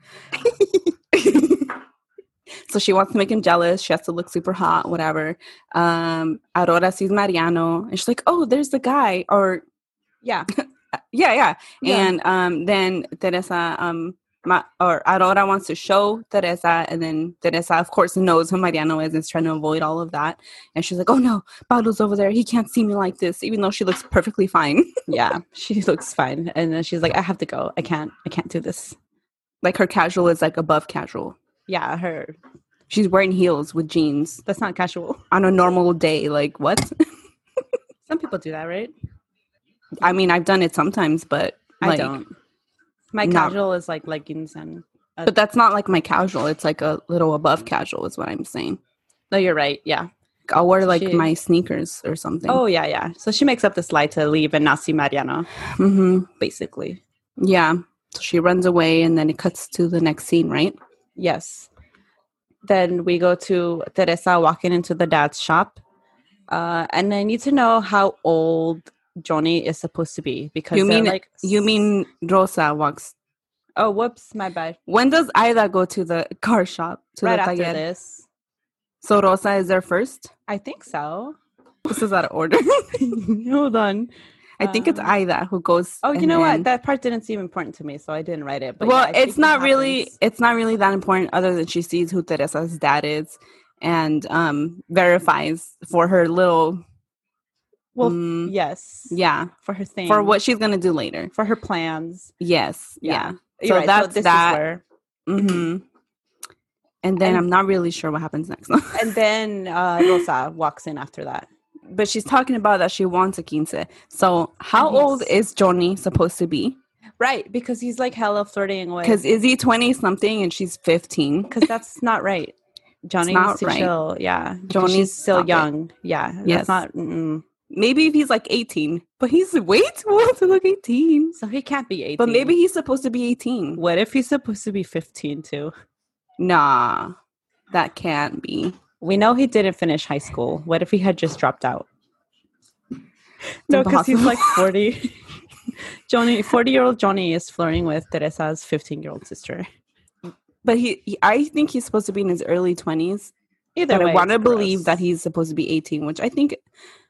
B: so she wants to make him jealous. She has to look super hot, whatever. Um, Aurora sees Mariano and she's like, oh, there's the guy. Or
A: Yeah.
B: yeah yeah,
A: Yeah.
B: and um then teresa um Ma- or aurora wants to show teresa and then teresa of course knows who mariano is and is trying to avoid all of that and she's like oh no Pablo's over there he can't see me like this even though she looks perfectly fine
A: Yeah. she looks fine. And then she's like, I have to go. I can't. I can't do this.
B: like her casual is like above casual
A: Yeah. Her.
B: she's wearing heels with jeans
A: That's not casual.
B: on a normal day like what
A: Some people do that, right?
B: i mean i've done it sometimes but like,
A: I don't. My
B: No.
A: casual is like leggings and. uh,
B: but that's not like my casual it's like a little above casual is what i'm saying Oh,
A: no, you're right. Yeah.
B: i'll wear like
A: She-
B: my sneakers or something
A: Oh, yeah, yeah. So she makes up this lie to leave and not see Mariano,
B: hmm
A: basically.
B: Yeah. So she runs away and then it cuts to the next scene, right?
A: Yes. Then we go to Teresa walking into the dad's shop. Uh, and I need to know how old Johnny is supposed to be because
B: You
A: they're,
B: mean-
A: like
B: You mean Rosa walks.
A: oh whoops my bad
B: When does Aida go to the car shop? To
A: right
B: the
A: after
B: taller?
A: this
B: So Rosa is there first?
A: I think so
B: This is out of order.
A: hold on
B: I think it's
A: Um,
B: Aida who goes.
A: oh you
B: and
A: know what
B: then-
A: that part didn't seem important to me so I didn't write it but
B: well,
A: yeah, I think
B: it's
A: it
B: not really.
A: happens.
B: It's not really that important, other than she sees who Teresa's dad is, and um, verifies for her little.
A: well
B: mm,
A: yes
B: yeah,
A: for her thing
B: for what she's gonna do later.
A: for her plans
B: Yes,
A: Yeah.
B: yeah.
A: You're
B: So
A: right,
B: that's
A: this is
B: that.
A: where-
B: hmm And then
A: And-
B: I'm not really sure what happens next.
A: and then uh, Rosa walks in after that.
B: but she's talking about that she wants a quince. So how
A: And he's-
B: old is Johnny supposed to be?
A: Right, because he's like hella flirting away.
B: Because is he 20 something and she's 15?
A: because that's not right. Johnny
B: not
A: needs to
B: right.
A: chill. Yeah, because
B: Johnny,
A: she's still
B: stop it.
A: young. Yeah, that's
B: Yes.
A: not. Mm-mm.
B: Maybe if he's like 18, but he's way too old to look 18.
A: So he can't be eighteen.
B: But maybe he's supposed to be 18.
A: what if he's supposed to be fifteen too?
B: Nah, that can't be.
A: We know he didn't finish high school. What if he had just dropped out? No, because he's
B: impossible.
A: like forty. Johnny, forty-year-old Johnny is flirting with Teresa's fifteen-year-old sister.
B: But he, he- I think he's supposed to be in his early 20s.
A: Either
B: But
A: way,
B: I want to
A: it's
B: believe that
A: gross.
B: he's supposed to be 18, which I think,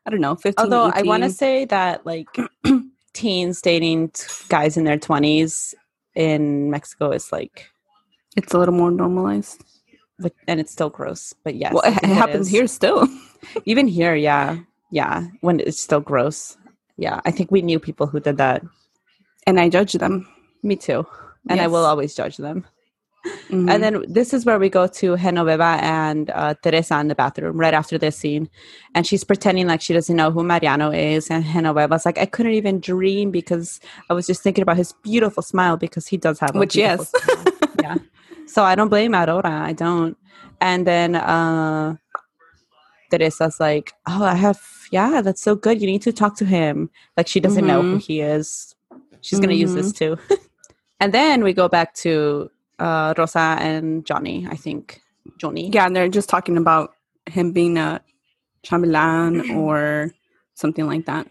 B: I don't know, 15.
A: Although I want to
B: 18.
A: say that like teens dating t- guys in their 20s in Mexico is like,
B: it's a little more normalized.
A: but- and it's still gross. But yes,
B: well,
A: I
B: it, it
A: think
B: happens
A: is.
B: here still.
A: Even here, yeah, yeah, when it's still gross. Yeah, I think we knew people who did that.
B: And I judge them.
A: Me too, and I
B: Yes.
A: will always judge them.
B: Mhm.
A: And then this is where we go to Genoveva and uh, Teresa in the bathroom right after this scene. And she's pretending like she doesn't know who Mariano is. And Genoveva's like, I couldn't even dream because I was just thinking about his beautiful smile because he does have a
B: Which,
A: beautiful
B: yes.
A: smile. yeah. So I don't blame Aurora. I don't. And then uh, Teresa's like, Oh, I have, yeah, that's so good. You need to talk to him. Like she doesn't know
B: Mm-hmm.
A: who he is. She's going to use this too. and then we go back to uh, Rosa and Johnny, I think. Johnny.
B: yeah, and they're just talking about him being a chambelan or something like that.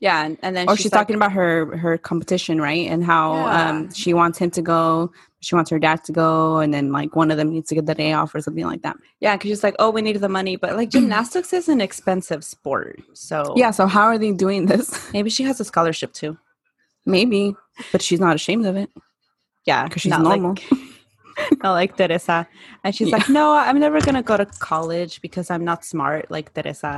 A: Yeah.
B: Oh,
A: And, and then
B: Or she's, talking about her her competition, right? And how
A: Yeah.
B: um, she wants him to go she wants her dad to go and then like one of them needs to get the day off or something like that
A: Yeah, because she's like, oh, we need the money, but like gymnastics is an expensive sport, so
B: yeah so how are they doing this
A: maybe she has a scholarship too.
B: maybe but she's not ashamed of it
A: Yeah,
B: 'Cause she's
A: not
B: normal.
A: Like, not like Teresa, and she's
B: Yeah.
A: like, no, I'm never gonna go to college because I'm not smart like Teresa.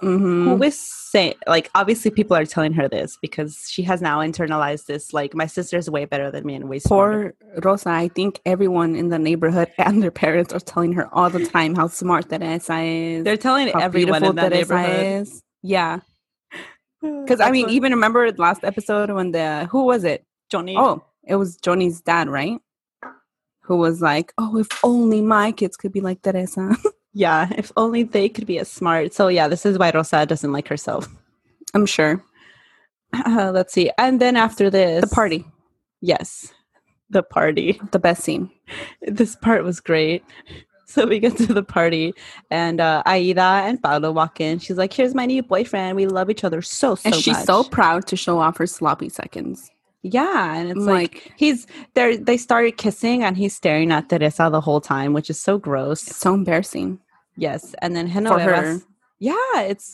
B: hmm
A: Who is saying like obviously people are telling her this because she has now internalized this. Like my sister's way better than me and way smarter.
B: poor rosa i think everyone in the neighborhood and their parents are telling her all the time how smart teresa is
A: They're telling
B: how
A: everyone
B: beautiful
A: in that
B: Teresa
A: neighborhood.
B: is yeah because i
A: That's
B: mean
A: what-
B: even remember last episode when the who was it
A: Johnny.
B: Oh, it was Johnny's dad, right? Who was like, "Oh, if only my kids could be like Teresa."
A: Yeah, if only they could be as smart. So yeah, this is why Rosa doesn't like herself.
B: I'm sure.
A: let's see. And then after this,
B: The party,
A: Yes, the party.
B: the best scene.
A: This part was great. So we get to the party, and uh, Aida and Paolo walk in. She's like, "Here's my new boyfriend. We love each other so so
B: and she's
A: much."
B: so proud to show off her sloppy seconds.
A: yeah, and it's
B: I'm
A: like,
B: like,
A: he's there. They started kissing, and he's staring at Teresa the whole time, which is so
B: it's
A: gross.
B: so embarrassing.
A: Yes, and then
B: For her.
A: Genoveva. Yeah, it's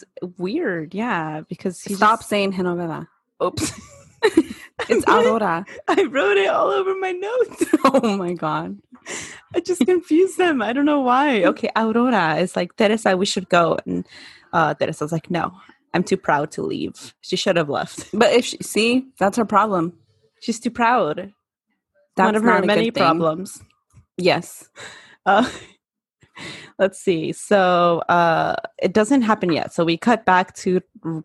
A: weird. Yeah, because he
B: Stop
A: just-
B: saying Genoveva.
A: oops.
B: It's
A: I wrote it-
B: Aurora.
A: I wrote it all over my notes.
B: oh my god.
A: I just confused them. I don't know why. Okay, Aurora is like, Teresa, we should go. And uh, Teresa's like, no, I'm too proud to leave. She should have left.
B: But if she, see, that's her problem.
A: She's too proud.
B: That's
A: One of
B: not a
A: her
B: good
A: many
B: thing.
A: problems.
B: Yes.
A: Uh, let's see. So uh, it doesn't happen yet. So we cut back to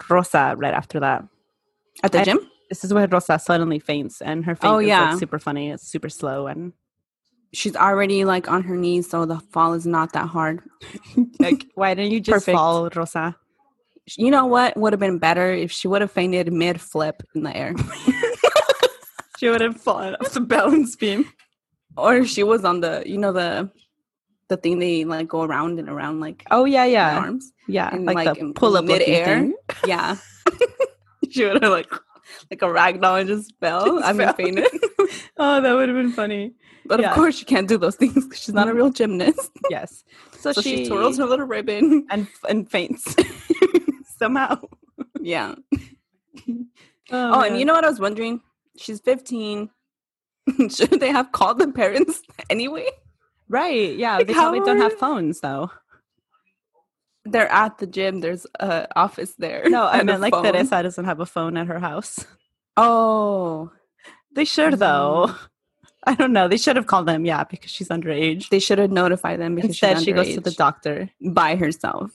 A: Rosa right after that.
B: At the
A: I-
B: gym,
A: This is where Rosa suddenly faints, and her faint
B: Oh,
A: is
B: yeah.
A: like super funny. It's super slow, and
B: she's already like on her knees, so the fall is not that hard.
A: like, why didn't you just
B: Perfect.
A: fall, Rosa?
B: you know what would have been better if she would have fainted mid flip in the air
A: She would have fallen off the balance beam.
B: or if she was on the you know the the thing they like go around and around like
A: Oh yeah,
B: yeah.
A: yeah.
B: arms
A: Yeah,
B: And,
A: like,
B: like,
A: the
B: in
A: pull up
B: midair.
A: midair.
B: yeah she would have like like a rag doll and just fell
A: Just
B: i mean
A: fell.
B: fainted
A: Oh, that would have been funny.
B: but
A: Yeah.
B: of course she can't do those things 'cause she's not a real gymnast
A: Yes. So,
B: so
A: she,
B: she twirls her little ribbon
A: and and faints somehow.
B: yeah
A: Oh,
B: oh and you know what i was wondering she's 15 should they have called the parents anyway
A: right? Yeah,
B: Like,
A: they probably
B: how
A: don't
B: are-
A: have phones though.
B: they're at the gym. There's a office there.
A: No, I
B: and a
A: meant like
B: phone.
A: Teresa doesn't have a phone at her house.
B: Oh,
A: They should though. I don't know. They should have called them. Yeah, because she's underage.
B: they should have notified them because
A: Instead,
B: she's
A: she goes to the
B: underage
A: doctor,
B: by herself.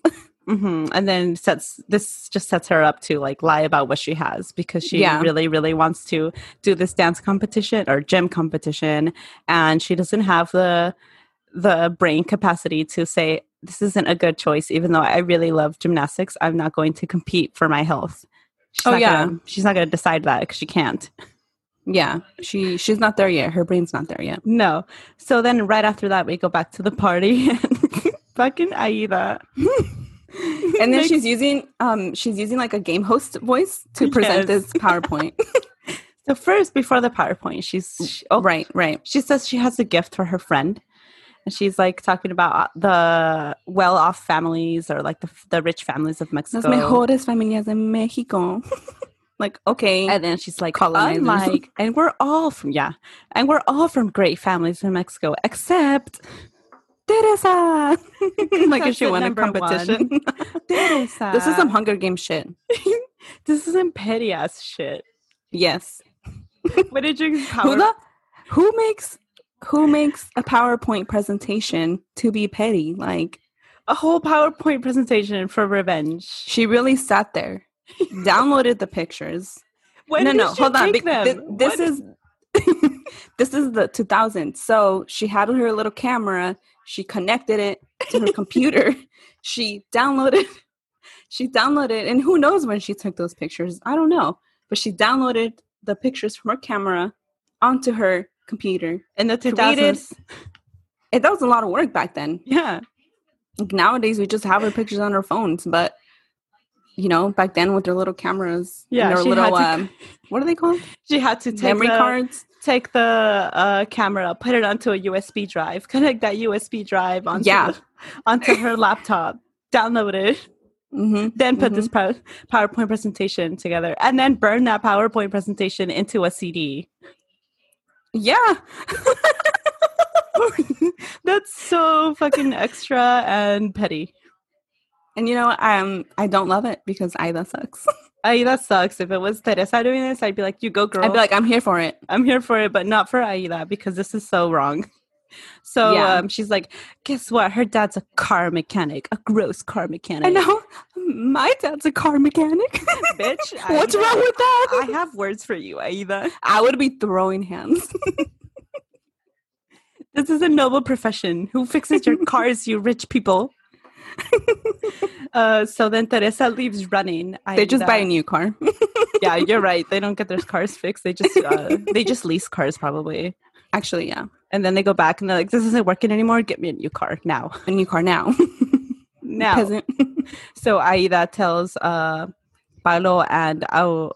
A: hmm and then sets this just sets her up to like lie about what she has because she
B: Yeah.
A: really, really wants to do this dance competition or gym competition, and she doesn't have the the brain capacity to say this isn't a good choice. Even though I really love gymnastics, I'm not going to compete for my health. She's
B: Oh,
A: not
B: yeah.
A: gonna, she's not going to decide that because she can't.
B: Yeah, she she's not there yet. Her brain's not there yet.
A: No. So then right after that we go back to the party and fucking Aida.
B: And then she's using um she's using like a game host voice to present
A: Yes.
B: this PowerPoint.
A: So first before the PowerPoint, she's she, oh,
B: Mm, right, right.
A: she says she has a gift for her friend. And she's like talking about uh, the well-off families or like the, the rich families of
B: Las
A: Mexico.
B: mejores familias de México. like okay,
A: And then she's like,
B: Colonizers.
A: unlike, Oh, and we're all from, yeah, and we're all from great families in Mexico, except Teresa.
B: like if she
A: contestant
B: won a
A: number one. uh,
B: competition.
A: Teresa.
B: this is some Hunger Game shit.
A: this is some petty ass shit.
B: Yes.
A: What did you
B: Who the who makes who makes a PowerPoint presentation to be petty? Like
A: a whole PowerPoint presentation for revenge.
B: She really sat there, downloaded the pictures.
A: When
B: no,
A: did
B: no,
A: she
B: hold on.
A: take
B: be- thi-
A: them?
B: this
A: What-
B: is this is the 2000s. So she had her little camera. She connected it to her computer. She downloaded. She downloaded, and who knows when she took those pictures? I don't know, but she downloaded the pictures from her camera onto her computer.
A: in the two
B: created-
A: thousands.
B: And that was a lot of work back then.
A: Yeah,
B: Like, nowadays, we just have our pictures on our phones, but you know, back then with their little cameras,
A: Yeah,
B: and their
A: she
B: little
A: had to-
B: um, what are they called?
A: She had to take
B: Memory
A: the,
B: cards.
A: take the uh, camera, put it onto a USB drive, connect that USB drive onto
B: Yeah.
A: the- onto her laptop, download it,
B: hmm
A: then put this pow-
B: Mm-hmm.
A: PowerPoint presentation together, and then burn that PowerPoint presentation into a CD.
B: Yeah,
A: That's so fucking extra and petty.
B: and you know, um, I don't love it because I that sucks.
A: Ay, that sucks. If it was Teresa doing this, I'd be like, "You go, girl."
B: I'd be like, I'm here for it.
A: I'm here for it, but not for Aida because this is so wrong. So
B: Yeah.
A: um, she's like, guess what? Her dad's a car mechanic, a gross car mechanic.
B: I know my dad's a car mechanic.
A: bitch. I
B: What's
A: know.
B: wrong with that?
A: I have words for you, Aida.
B: I would be throwing hands.
A: This is a noble profession. Who fixes your cars, you rich people? uh, so then Teresa leaves running.
B: they just
A: Aida-
B: buy a new car.
A: Yeah, you're right. They don't get their cars fixed. They just uh, they just lease cars probably,
B: Actually, yeah,
A: and then they go back and they're like, "This isn't working anymore. Get me a new car now."
B: a new car now.
A: Now.
B: Peasant.
A: So Aida tells uh, Paolo and Au-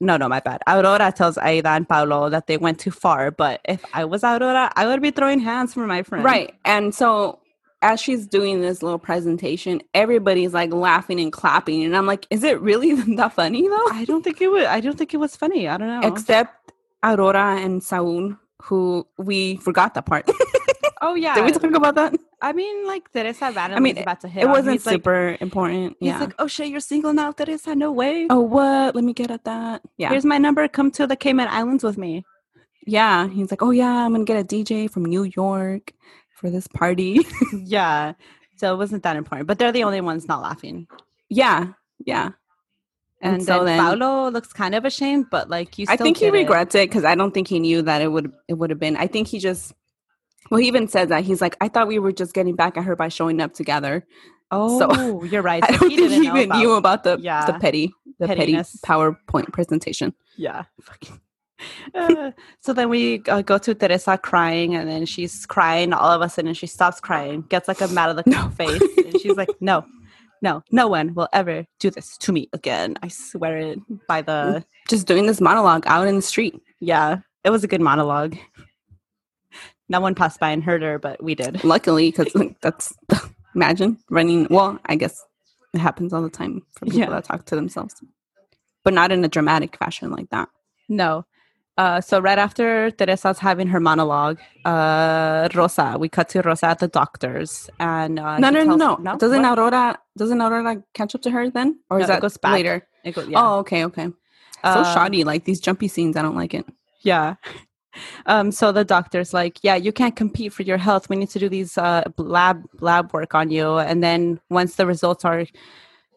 A: no, no, my bad. Aurora tells Aida and Paolo that they went too far, but if I was Aurora, I would be throwing hands for my friend.
B: Right. And so as she's doing this little presentation, everybody's like laughing and clapping. And I'm like, is it really that funny though?
A: I don't think it was. I don't think it was funny. I don't know.
B: Except Aurora and Saun, who we forgot that part.
A: oh yeah.
B: Did we talk about that?
A: I mean, like Teresa randomly
B: mean,
A: is about to hit.
B: It
A: on.
B: wasn't
A: He's like-
B: super important.
A: he's
B: Yeah.
A: like, oh shit, you're single now, Teresa. No way.
B: oh, what? Let me get at that. Yeah.
A: Here's my number. Come to the Cayman Islands with me.
B: yeah. He's like, oh, yeah, I'm going to get a DJ from New York for this party.
A: yeah. So it wasn't that important, but they're the only ones not laughing.
B: yeah. Yeah.
A: And,
B: And so
A: then,
B: then-
A: Paolo looks kind of ashamed, but like you. Still
B: I think he
A: get it.
B: regrets it because I don't think he knew that it would it would have been. I think he just well, he even said that he's like, I thought we were just getting back at her by showing up together.
A: Oh,
B: So-
A: you're right.
B: I
A: So
B: don't
A: he
B: think
A: didn't
B: he
A: know
B: even knew
A: about-
B: about the
A: Yeah.
B: the petty the
A: Pettiness.
B: petty PowerPoint presentation.
A: Yeah. fucking- Uh, so then we uh, go to Teresa crying, and then she's crying all of a sudden. She stops crying, gets like a mad look on her face, and she's like, "No, no, no one will ever do this to me again. I swear it by the
B: Just doing this monologue out in the street.
A: yeah." It was a good monologue. No one passed by and heard her, but we did.
B: Luckily, because that's imagine running. Well, I guess it happens all the time for people
A: Yeah.
B: that talk to themselves, but not in a dramatic fashion like that.
A: No. Uh, so right after Teresa's having her monologue, uh, Rosa, we cut to Rosa at the doctor's, and uh,
B: no,
A: she
B: no, no,
A: tells-
B: no, Doesn't
A: What?
B: Aurora doesn't Aurora catch up to her then, or
A: No,
B: is
A: it
B: that
A: goes back.
B: later?
A: It go- yeah.
B: Oh, okay, okay. So
A: Um,
B: shoddy, like these jumpy scenes. I don't like it.
A: Yeah. Um, so the doctor's like, yeah, you can't compete for your health. We need to do these uh, lab lab work on you, and then once the results are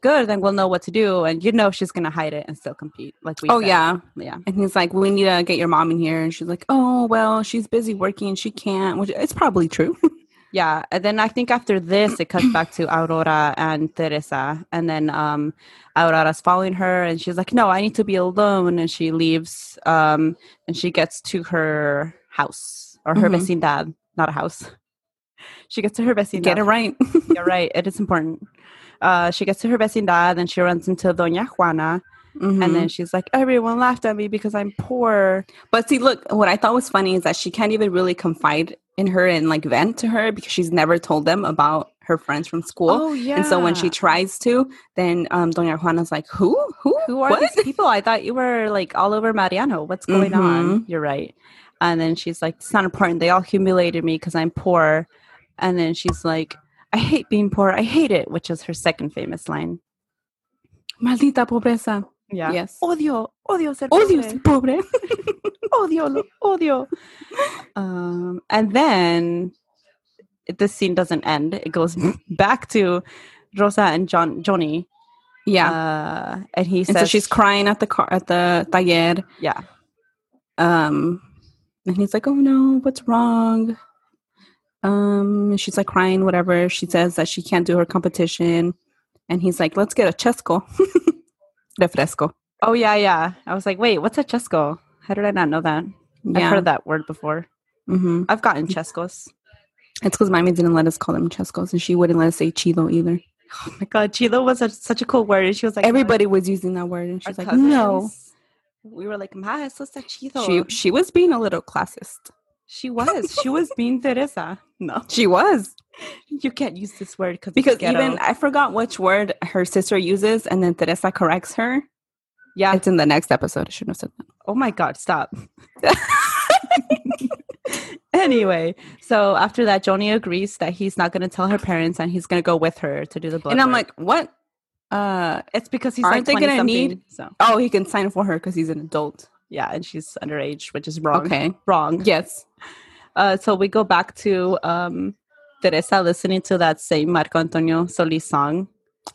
A: good, then we'll know what to do. And you know she's gonna hide it and still compete. Like we.
B: Oh
A: said.
B: yeah,
A: yeah,
B: and he's like, "We need to get your mom in here," and she's like, "Oh well, she's busy working, she can't." Which it's probably true.
A: yeah. And then I think after this, it cuts back to Aurora and Teresa, and then um, Aurora's following her, and she's like, no, I need to be alone, and she leaves. Um, and she gets to her house or her
B: Mhm.
A: vecindad, not a house. She gets to her vecindad.
B: Get it right.
A: You're right. It is important. Uh, she gets to her vecindad, then she runs into Doña Juana, and then she's like, "Everyone laughed at me because I'm poor."
B: but see, look, what I thought was funny is that she can't even really confide in her and like vent to her because she's never told them about her friends from school.
A: Oh, yeah.
B: And so when she tries to, then um, Doña Juana's like, "Who? Who?
A: who are
B: what?"
A: these people? I thought you were like all over Mariano. What's going
B: Mm-hmm.
A: on? You're right. And then she's like, "It's not important. They all humiliated me because I'm poor." And then she's like, "I hate being poor. I hate it," which is her second famous line.
B: Maldita pobreza.
A: Yeah. Oh,
B: Yes.
A: Odio, odio ser
B: Oh,
A: pobre.
B: Dios, pobre.
A: odio, lo odio. Um, and then this scene doesn't end. It goes back to Rosa and John Johnny.
B: Yeah.
A: Uh, and he
B: and
A: says,
B: so she's crying at the car at the taller.
A: Yeah.
B: um and he's like oh no what's wrong um and she's like crying whatever she says that she can't do her competition and he's like let's get a chesco refresco
A: Oh, yeah, yeah. I was like, Wait, what's a chesco? How did I not know that? I've heard that word before.
B: hmm
A: I've gotten chescos.
B: it's because mommy didn't let us call them chescos and she wouldn't let us say chido either
A: Oh my God, Chilo was a, such a cool word. She was like,
B: Everybody was using that word, and
A: "Our
B: she's like,
A: cousins."
B: "No."
A: We were like, Ma, eso está chido.
B: She she was being a little classist.
A: She was. she was being Teresa. No,
B: She was
A: you can't use this word cause it's
B: because
A: ghetto.
B: even I forgot which word her sister uses, and then Teresa corrects her.
A: yeah.
B: It's in the next episode. I shouldn't have said that.
A: oh my God, stop. anyway, so after that, Joni agrees that he's not going to tell her parents and he's going to go with her to do the blood.
B: and I'm
A: work.
B: like, what? Uh
A: it's because he's
B: aren't
A: like
B: they
A: 20
B: gonna
A: something,
B: need-
A: So
B: oh, he can sign for her because he's an adult.
A: yeah, and she's underage, which is wrong.
B: Okay.
A: Wrong.
B: Yes.
A: Uh, so we go back to um, Teresa listening to that same Marco Antonio Solis song.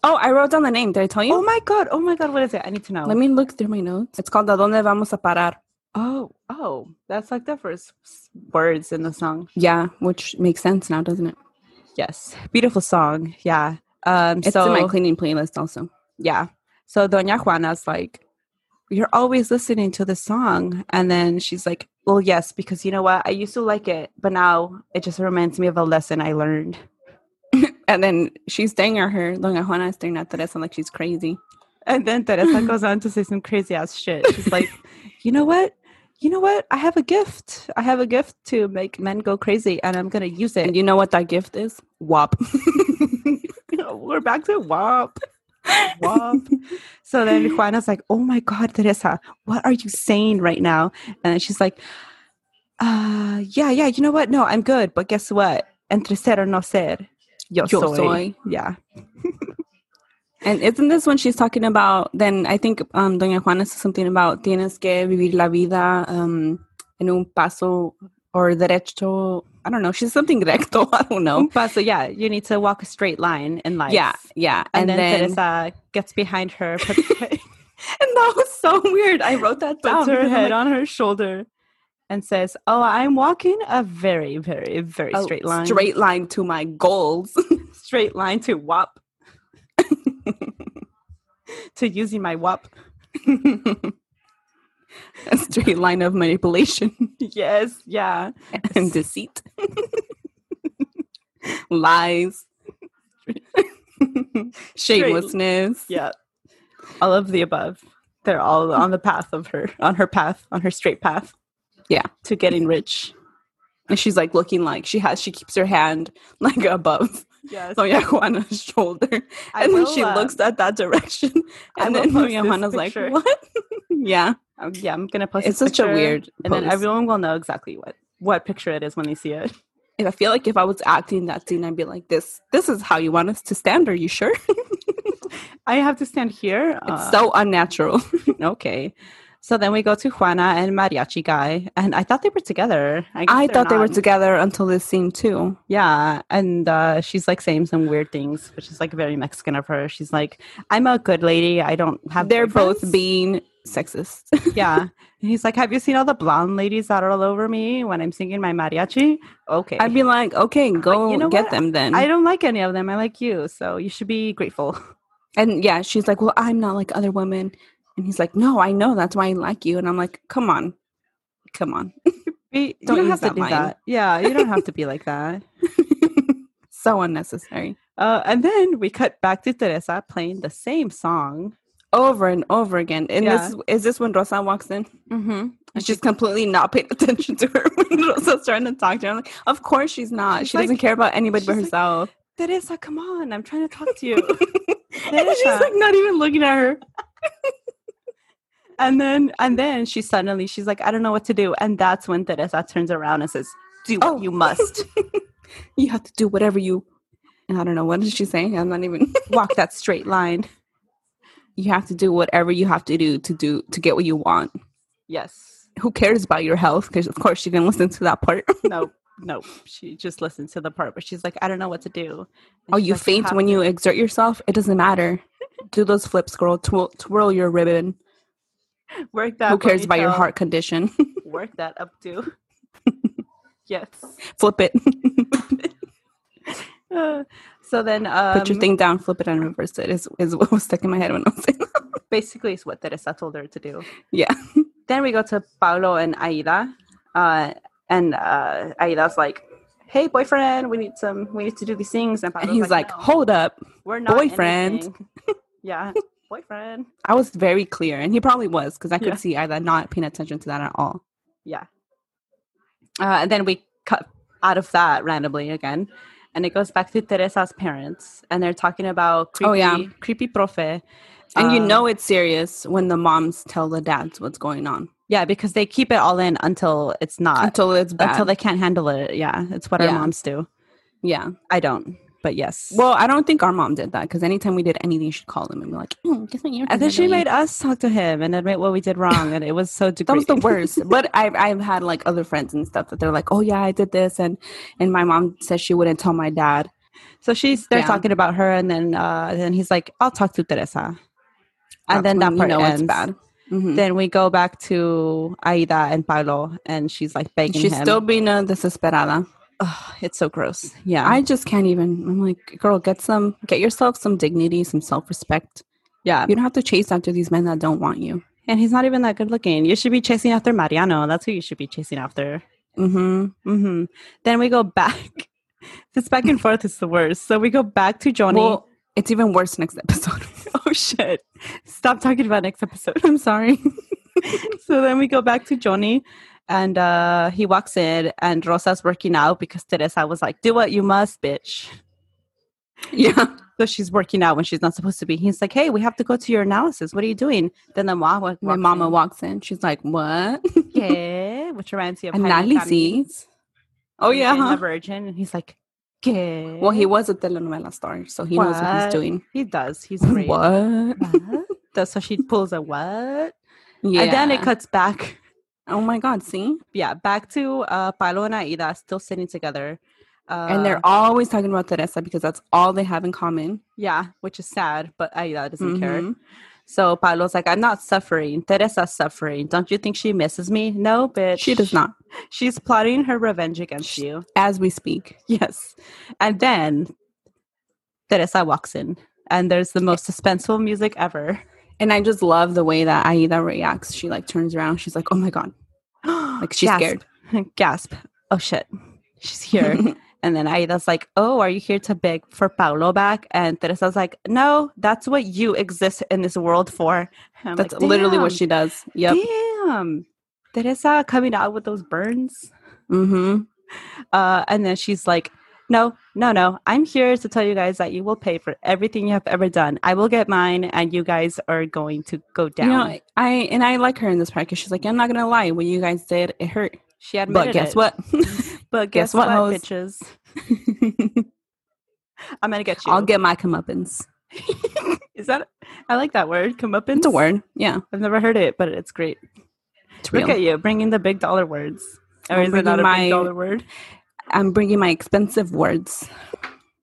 B: Oh, I wrote down the name. Did I tell you?
A: Oh my god! Oh my god! What is it? I need to know.
B: Let me look through my notes. It's called "A Donde Vamos a Parar."
A: Oh, oh, that's like the first s- words in the song.
B: Yeah, which makes sense now, doesn't it?
A: Yes, beautiful song. Yeah. Um.
B: It's
A: so
B: in my cleaning playlist also.
A: yeah. So Doña Juana's like, "You're always listening to the song," and then she's like, "Well, yes, because you know what? I used to like it, but now it just reminds me of a lesson I learned."
B: And then she's staring at her. Doña Juana is staring at Teresa like she's crazy.
A: And then Teresa goes on to say some crazy ass shit. She's like, you know what? You know what? I have a gift. I have a gift to make men go crazy and I'm going to use
B: And
A: it.
B: you know what that gift is? WAP.
A: We're back to WAP. WAP. so then Juana's like, oh my God, Teresa, what are you saying right now? And then she's like, uh, yeah, yeah, you know what? No, I'm good. But guess what? Entre ser o no ser, yo,
B: Yo
A: soy.
B: soy.
A: Yeah.
B: and isn't this when she's talking about? Then I think um, Doña Juana says something about tienes que vivir la vida um, en un paso or derecho. I don't know. She's something recto. I don't know.
A: But so yeah, you need to walk a straight line in life.
B: Yeah, yeah.
A: And, then,
B: and
A: Teresa gets behind her, puts,
B: that was so weird. I wrote that down.
A: puts her
B: Oh, because I'm
A: head on
B: like,
A: her shoulder, and says, "Oh, I'm walking a very, very, very
B: "Oh,
A: straight line,
B: Straight line to my goals.
A: straight line to WAP, to using my WAP."
B: a straight line of manipulation
A: Yes, yeah,
B: and deceit, lies, shamelessness.
A: yeah, all of the above. They're all on the path of her, on her path, on her straight path.
B: Yeah.
A: to getting rich.
B: And she's like looking like she has, she keeps her hand like above
A: Yes,
B: Doña Juana's shoulder.
A: I
B: and
A: will,
B: then she
A: um,
B: looks at that direction.
A: I
B: And
A: will
B: then
A: post this
B: Doña Juana's like,
A: picture.
B: what? yeah.
A: Um, yeah, I'm gonna post.
B: It's
A: this
B: such a
A: picture,
B: weird
A: and then
B: pose.
A: everyone will know exactly what what picture it is when they see it.
B: If I feel like if I was acting in that scene, I'd be like, this, this is how you want us to stand. Are you sure?
A: I have to stand here.
B: it's so unnatural.
A: so okay. So then we go to Juana and Mariachi guy, and I thought they were together. guess
B: I
A: they're
B: thought they were
A: not.
B: together until this scene too.
A: Yeah, and uh, she's like saying some weird things, which is like very Mexican of her. She's like, "I'm a good lady. I don't have."
B: They're both
A: boyfriends."
B: being sexist.
A: yeah. And he's like, "Have you seen all the blonde ladies that are all over me when I'm singing my mariachi?" Okay,
B: I'd be like, okay, go
A: you know
B: get
A: what?
B: them then.
A: I don't like any of them. I like you, so you should be grateful.
B: and yeah, she's like, well, I'm not like other women. And he's like, no, I know. That's why I like you. And I'm like, come on, come on.
A: Be-
B: Don't
A: you don't
B: use
A: have to
B: that
A: do
B: line.
A: that. Yeah, you don't have to be like that.
B: so unnecessary.
A: Uh, and then we cut back to Teresa playing the same song.
B: Over and over again. And
A: Yeah.
B: this is, is this when Rosa walks in?
A: Mm-hmm.
B: And she's completely not paying attention to her when Rosa's trying to talk to her. I'm like, of course she's not.
A: She's
B: she
A: like-
B: doesn't care about anybody but
A: she's like,
B: herself.
A: Teresa, come on! I'm trying to talk to you.
B: and she's
A: Teresa.
B: like not even looking at her.
A: and then, and then she suddenly she's like, I don't know what to do. And that's when Teresa turns around and says, "Do what
B: Oh.
A: you must.
B: You have to do whatever you and I don't know, what did she say? I'm not even
A: Walk that straight line."
B: you have to do whatever you have to do to do to get what you want.
A: Yes.
B: Who cares about your health? Because of course she didn't listen to that part.
A: No. No. She just listens to the part where she's like, "I don't know what to do." And
B: oh,
A: she's
B: you
A: like,
B: faint
A: have
B: when
A: to."
B: you exert yourself. It doesn't matter. Do those flips, girl. Twirl, twirl your ribbon.
A: work that.
B: Who cares about your
A: ponytail.
B: heart condition?
A: Work that up too. yes.
B: flip it.
A: Uh, so then um,
B: Put your thing down, flip it, and reverse it. Is is what was stuck in my head when I was saying. that.
A: basically is what Teresa told her to do.
B: Yeah.
A: Then we go to Paulo and Aida, uh, and uh, Aida's like, "Hey, boyfriend, we need some, we need to do these things." And,
B: And
A: Paulo's
B: he's like,
A: "No."
B: hold up.
A: We're not
B: Boyfriend.
A: anything. yeah, boyfriend.
B: I was very clear, and he probably was because I could
A: Yeah.
B: see either not paying attention to that at all.
A: Yeah. Uh, and then we cut out of that randomly again. And it goes back to Teresa's parents, and they're talking about creepy,
B: Oh, yeah. Uh.
A: creepy profe.
B: And you
A: Um,
B: know it's serious when the moms tell the dads what's going on
A: yeah, because they keep it all in until it's not, until,
B: until it's bad.
A: they can't handle it. Yeah, it's what our
B: Yeah.
A: moms do.
B: yeah.
A: I don't, but yes.
B: Well, I don't think our mom did that because anytime we did anything, she'd call them and be like, "Mm, "Guess what you're
A: and then she
B: doing?"
A: made us talk to him and admit what we did wrong, and it was so
B: that was the
A: degrading.
B: worst. but I've I've had like other friends and stuff that they're like, "Oh yeah, I did this," and and my mom says she wouldn't tell my dad.
A: So she's they're
B: Yeah.
A: talking about her, and then uh, then he's like, "I'll talk to Teresa," and
B: That's
A: then that
B: when
A: part
B: you know
A: ends.
B: it's bad. Mhm.
A: Then we go back to Aida and Paolo, and she's like begging
B: She's
A: him.
B: still being a desesperada.
A: Ugh, it's so gross. Yeah,
B: I just can't even. I'm like, girl, get some, get yourself some dignity, some self respect.
A: yeah.
B: You don't have to chase after these men that don't want you.
A: And he's not even that good looking. You should be chasing after Mariano. That's who you should be chasing after.
B: Mm-hmm.
A: hmm Then we go back. this back and forth is the worst. So we go back to Johnny.
B: Well, it's even worse next episode.
A: oh shit! Stop talking about next episode.
B: I'm sorry.
A: so then we go back to Johnny and uh, he walks in and Rosa's working out because Teresa was like, do what you must, bitch.
B: yeah.
A: So she's working out when she's not supposed to be. He's like, hey, we have to go to your analysis. What are you doing? Then the mom wa-
B: My
A: walks
B: mama
A: in.
B: walks in. She's like, what?
A: "¿Qué?" which reminds me of Jaime Camil
B: Analysis. Oh,
A: in
B: yeah.
A: Jane the
B: huh?
A: Virgin. And he's like, ¿Qué?
B: Well, he was a telenovela star, so he knows what
A: What?
B: he's doing.
A: he does. He's great.
B: What?
A: What? So she pulls a what?
B: Yeah.
A: And then it cuts back.
B: Oh my God, see?
A: Yeah, back to uh, Paolo and Aida still sitting together. Uh,
B: and they're always talking about Teresa because that's all they have in common.
A: Yeah, which is sad, but Aida doesn't care.
B: Mhm.
A: So Paolo's like, I'm not suffering. Teresa's suffering. Don't you think she misses me? No, bitch.
B: She does not,
A: She's plotting her revenge against you.
B: as we speak.
A: Yes. And then Teresa walks in, and there's the most suspenseful music ever.
B: And I just love the way that Aida reacts. She like turns around. She's like, "Oh my god!"
A: like
B: she's scared.
A: Gasp. Oh, shit. She's here. And then Aida's like, Oh, are you here to beg for Paolo back? And Teresa's like, No, that's what you exist in this world for. And I'm
B: That's
A: like,
B: literally
A: "Damn,
B: what she does. Yep.
A: Damn. Teresa coming out with those burns.
B: hmm
A: Uh, and then she's like, No, no, no. I'm here to tell you guys that you will pay for everything you have ever done. I will get mine, and you guys are going to go
B: You
A: down.
B: know, I and I like her in this part 'cause she's like, "I'm not gonna lie. What you guys did, it hurt.
A: she admitted
B: But guess
A: it.
B: what?
A: But guess,
B: Guess
A: what,
B: what, hoes?
A: bitches? I'm going to get you.
B: I'll get my comeuppance.
A: Is that I like that word, comeuppance?
B: It's a word. Yeah.
A: I've never heard it, but it's great.
B: It's real.
A: Look at you bringing the big dollar words. Or
B: I'm
A: is it not a
B: bringing my-
A: big dollar word?
B: I'm bringing my expensive words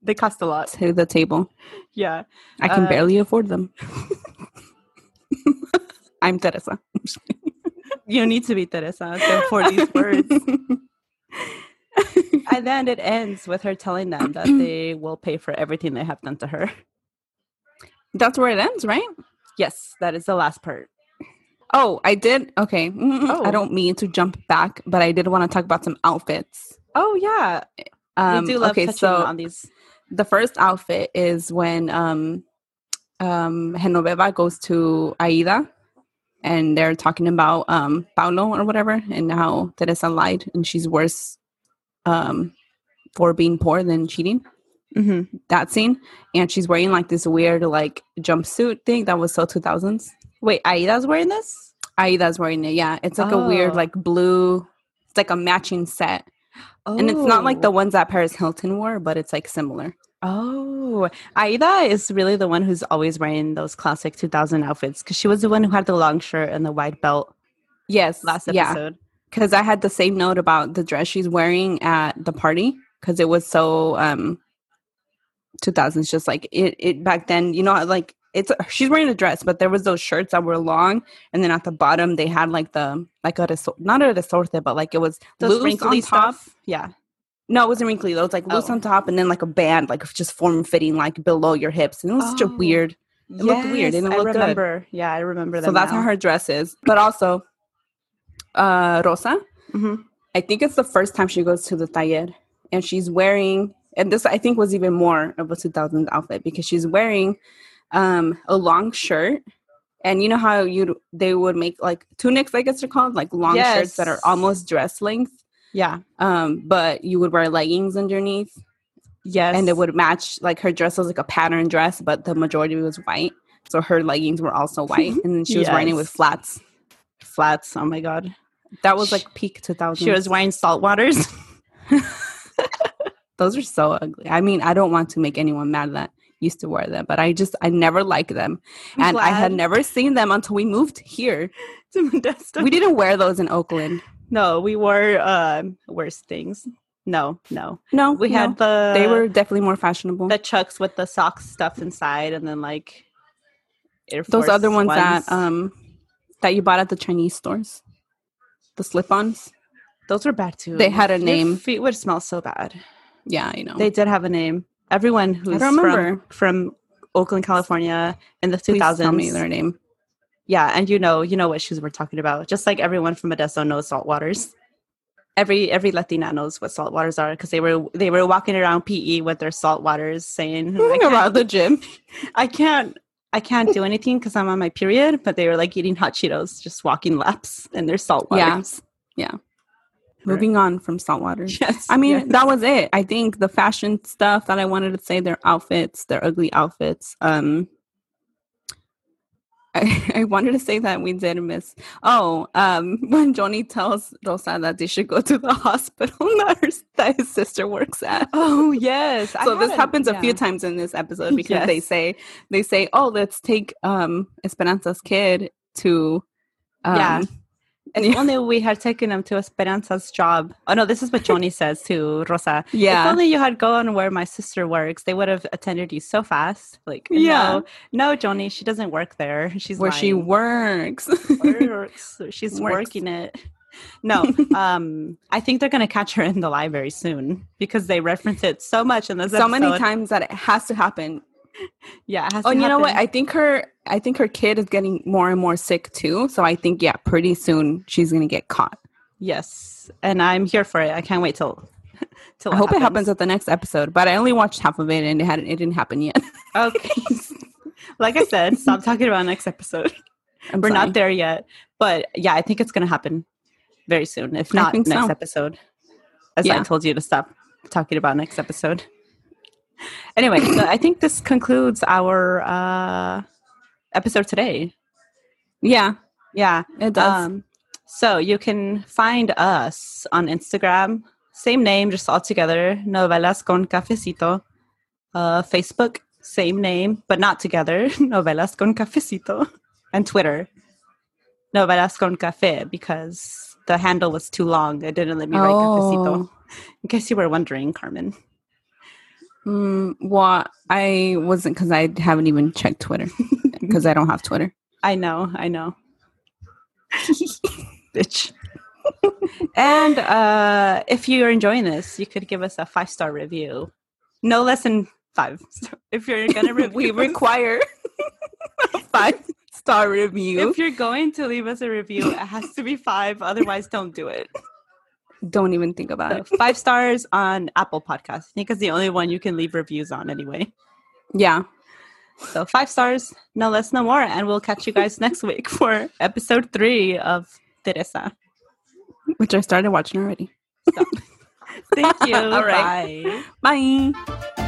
A: They cost a lot.
B: to the table.
A: Yeah.
B: I can
A: Uh,
B: barely afford them. I'm Teresa.
A: You need to be Teresa to afford these words. and then it ends with her telling them that they will pay for everything they have done to her.
B: That's where it ends, right?
A: Yes, that is the last part.
B: Oh, I did. Okay. Mm,
A: Oh.
B: I don't mean to jump back, but I did want to talk about some outfits.
A: Oh yeah.
B: Um,
A: we do love
B: okay,
A: touching
B: so
A: on these.
B: the first outfit is when um, um, Genoveva goes to Aida and they're talking about um, Paulo or whatever and how Teresa lied and she's worse um, for being poor than cheating.
A: hmm
B: That scene. And she's wearing like this weird like jumpsuit thing that was so 2000s.
A: Wait, Aida's wearing this?
B: Aida's wearing it. Yeah. It's like a weird
A: Oh.
B: like blue, it's like a matching set. And it's not like the ones that Paris Hilton wore, but it's like similar.
A: Oh, Aida is really the one who's always wearing those classic 2000 outfits because she was the one who had the long shirt and the wide belt
B: Yes.
A: last
B: Yeah.
A: episode.
B: Because I had the same note about the dress she's wearing at the party because it was so um 2000s, just like it, it back then, you know, how, like it's she's wearing a dress, but there was those shirts that were long, and then at the bottom they had like the like a resor- not a resorte, but like it was
A: Those
B: loose
A: wrinkly
B: on top.
A: stuff. Yeah.
B: No, it wasn't wrinkly. though. It was like loose
A: Oh.
B: on top, and then like a band, like just form fitting, like below your hips, and it was such a
A: Oh.
B: weird.
A: It
B: looked weird, didn't it
A: I
B: look good?
A: remember. Yeah, I remember that.
B: So that's how her dress is. But also, uh, Rosa,
A: Mhm. Mm-hmm.
B: I think it's the first time she goes to the taller, and she's wearing and this I think was even more of a 2000s outfit because she's wearing um, a long shirt. And you know how you they would make like tunics, I guess they're called, like long
A: Yes.
B: shirts that are almost dress length.
A: Yeah.
B: Um, but you would wear leggings underneath,
A: Yes.
B: and it would match like her dress was like a pattern dress, but the majority was white, so her leggings were also white, and then she was wearing it with
A: Yes.
B: flats. Flats. Oh my god, that was like peak 2000.
A: She was wearing salt waters.
B: Those are so ugly. I mean, I don't want to make anyone mad that used to wear them, but I just I never liked them.
A: I'm
B: and I had
A: glad.
B: never seen them until we moved here.
A: to Modesto.
B: We didn't wear those in Oakland.
A: no, we wore um, worse things. No, no.
B: No,
A: We
B: no.
A: had the
B: they were definitely more fashionable.
A: the chucks with the socks stuffed inside, and then like Air
B: those
A: Force
B: other ones, that um that you bought at the Chinese stores. The slip-ons.
A: those were bad too.
B: they had a
A: Your
B: name.
A: feet would smell so bad.
B: Yeah, I know.
A: They did have a name. Everyone
B: I
A: who's
B: don't
A: from,
B: remember.
A: from Oakland, California, in the two
B: Please tell me
A: thousands.
B: their name.
A: Yeah, and you know, you know what shoes we're talking about. Just like everyone from Modesto knows salt waters. Every every Latina knows what salt waters are because they were they were walking around PE with their salt waters, saying I
B: Around
A: can't,
B: the gym.
A: I can't I can't do anything because I'm on my period. But they were like eating hot Cheetos, just walking laps in their salt
B: Yeah.
A: waters.
B: Moving on from saltwater.
A: Yes,
B: I mean,
A: yes.
B: that was it. I think the fashion stuff that I wanted to say, their outfits, their ugly outfits. Um, I, I wanted to say that we did miss. Oh, um, when Johnny tells Rosa that they should go to the hospital that, her, that his sister works at.
A: Oh yes.
B: So this happens a few times in this episode because they
A: Yes.
B: say they say, "Oh, let's take um, Esperanza's kid to." Um,
A: Yeah. If
B: Yeah.
A: only we had taken him to Esperanza's job. Oh no, this is what Johnny says to Rosa. If
B: Yeah.
A: only you had gone where my sister works, they would have attended you so fast. Like,
B: Yeah.
A: no, no, Johnny, she doesn't work there. She's
B: where she
A: lying.
B: works.
A: works. She's
B: Works.
A: working it. No, um, I think they're gonna catch her in the library soon because they reference it so much in this.
B: so many
A: episode.
B: times that it has to happen.
A: Yeah. it has
B: Oh,
A: to
B: and you know what?
A: happen.
B: I think her I think her kid is getting more and more sick too. So I think yeah, pretty soon she's gonna get caught.
A: yes, and I'm here for it. I can't wait till. till
B: I hope it happens at the next episode, but I only watched half of it and it hadn't it didn't happen yet.
A: Okay. like I said, stop talking about next episode.
B: I'm
A: We're
B: sorry.
A: not there yet. But yeah, I think it's going to happen very soon, if not
B: think
A: next
B: so.
A: episode. As I
B: Yeah.
A: told you to stop talking about next episode. Anyway, so I think this concludes our uh, episode today.
B: Yeah,
A: Yeah.
B: it does.
A: Um, so you can find us on Instagram, same name, just all together, Novelas con Cafecito. Uh, Facebook, same name, but not together, Novelas con Cafecito. And Twitter, Novelas con Café, because the handle was too long. It didn't let me write Cafecito.
B: oh,
A: In case you were wondering, Carmen.
B: mm, well, I wasn't because I haven't even checked Twitter because I don't have Twitter.
A: I know, I know. Bitch. and uh, if you're enjoying this, you could give us a five star review. No less than five. So if you're gonna review,
B: we
A: us-
B: require a five star review.
A: If you're going to leave us a review, it has to be five. Otherwise, don't do it.
B: Don't even think about
A: So
B: it.
A: Uh, five stars on Apple Podcasts. I think is the only one you can leave reviews on anyway.
B: Yeah.
A: So five stars, no less, no more. And we'll catch you guys next week for episode three of Teresa.
B: Which I started watching already.
A: Thank you.
B: All right.
A: Bye.
B: Bye.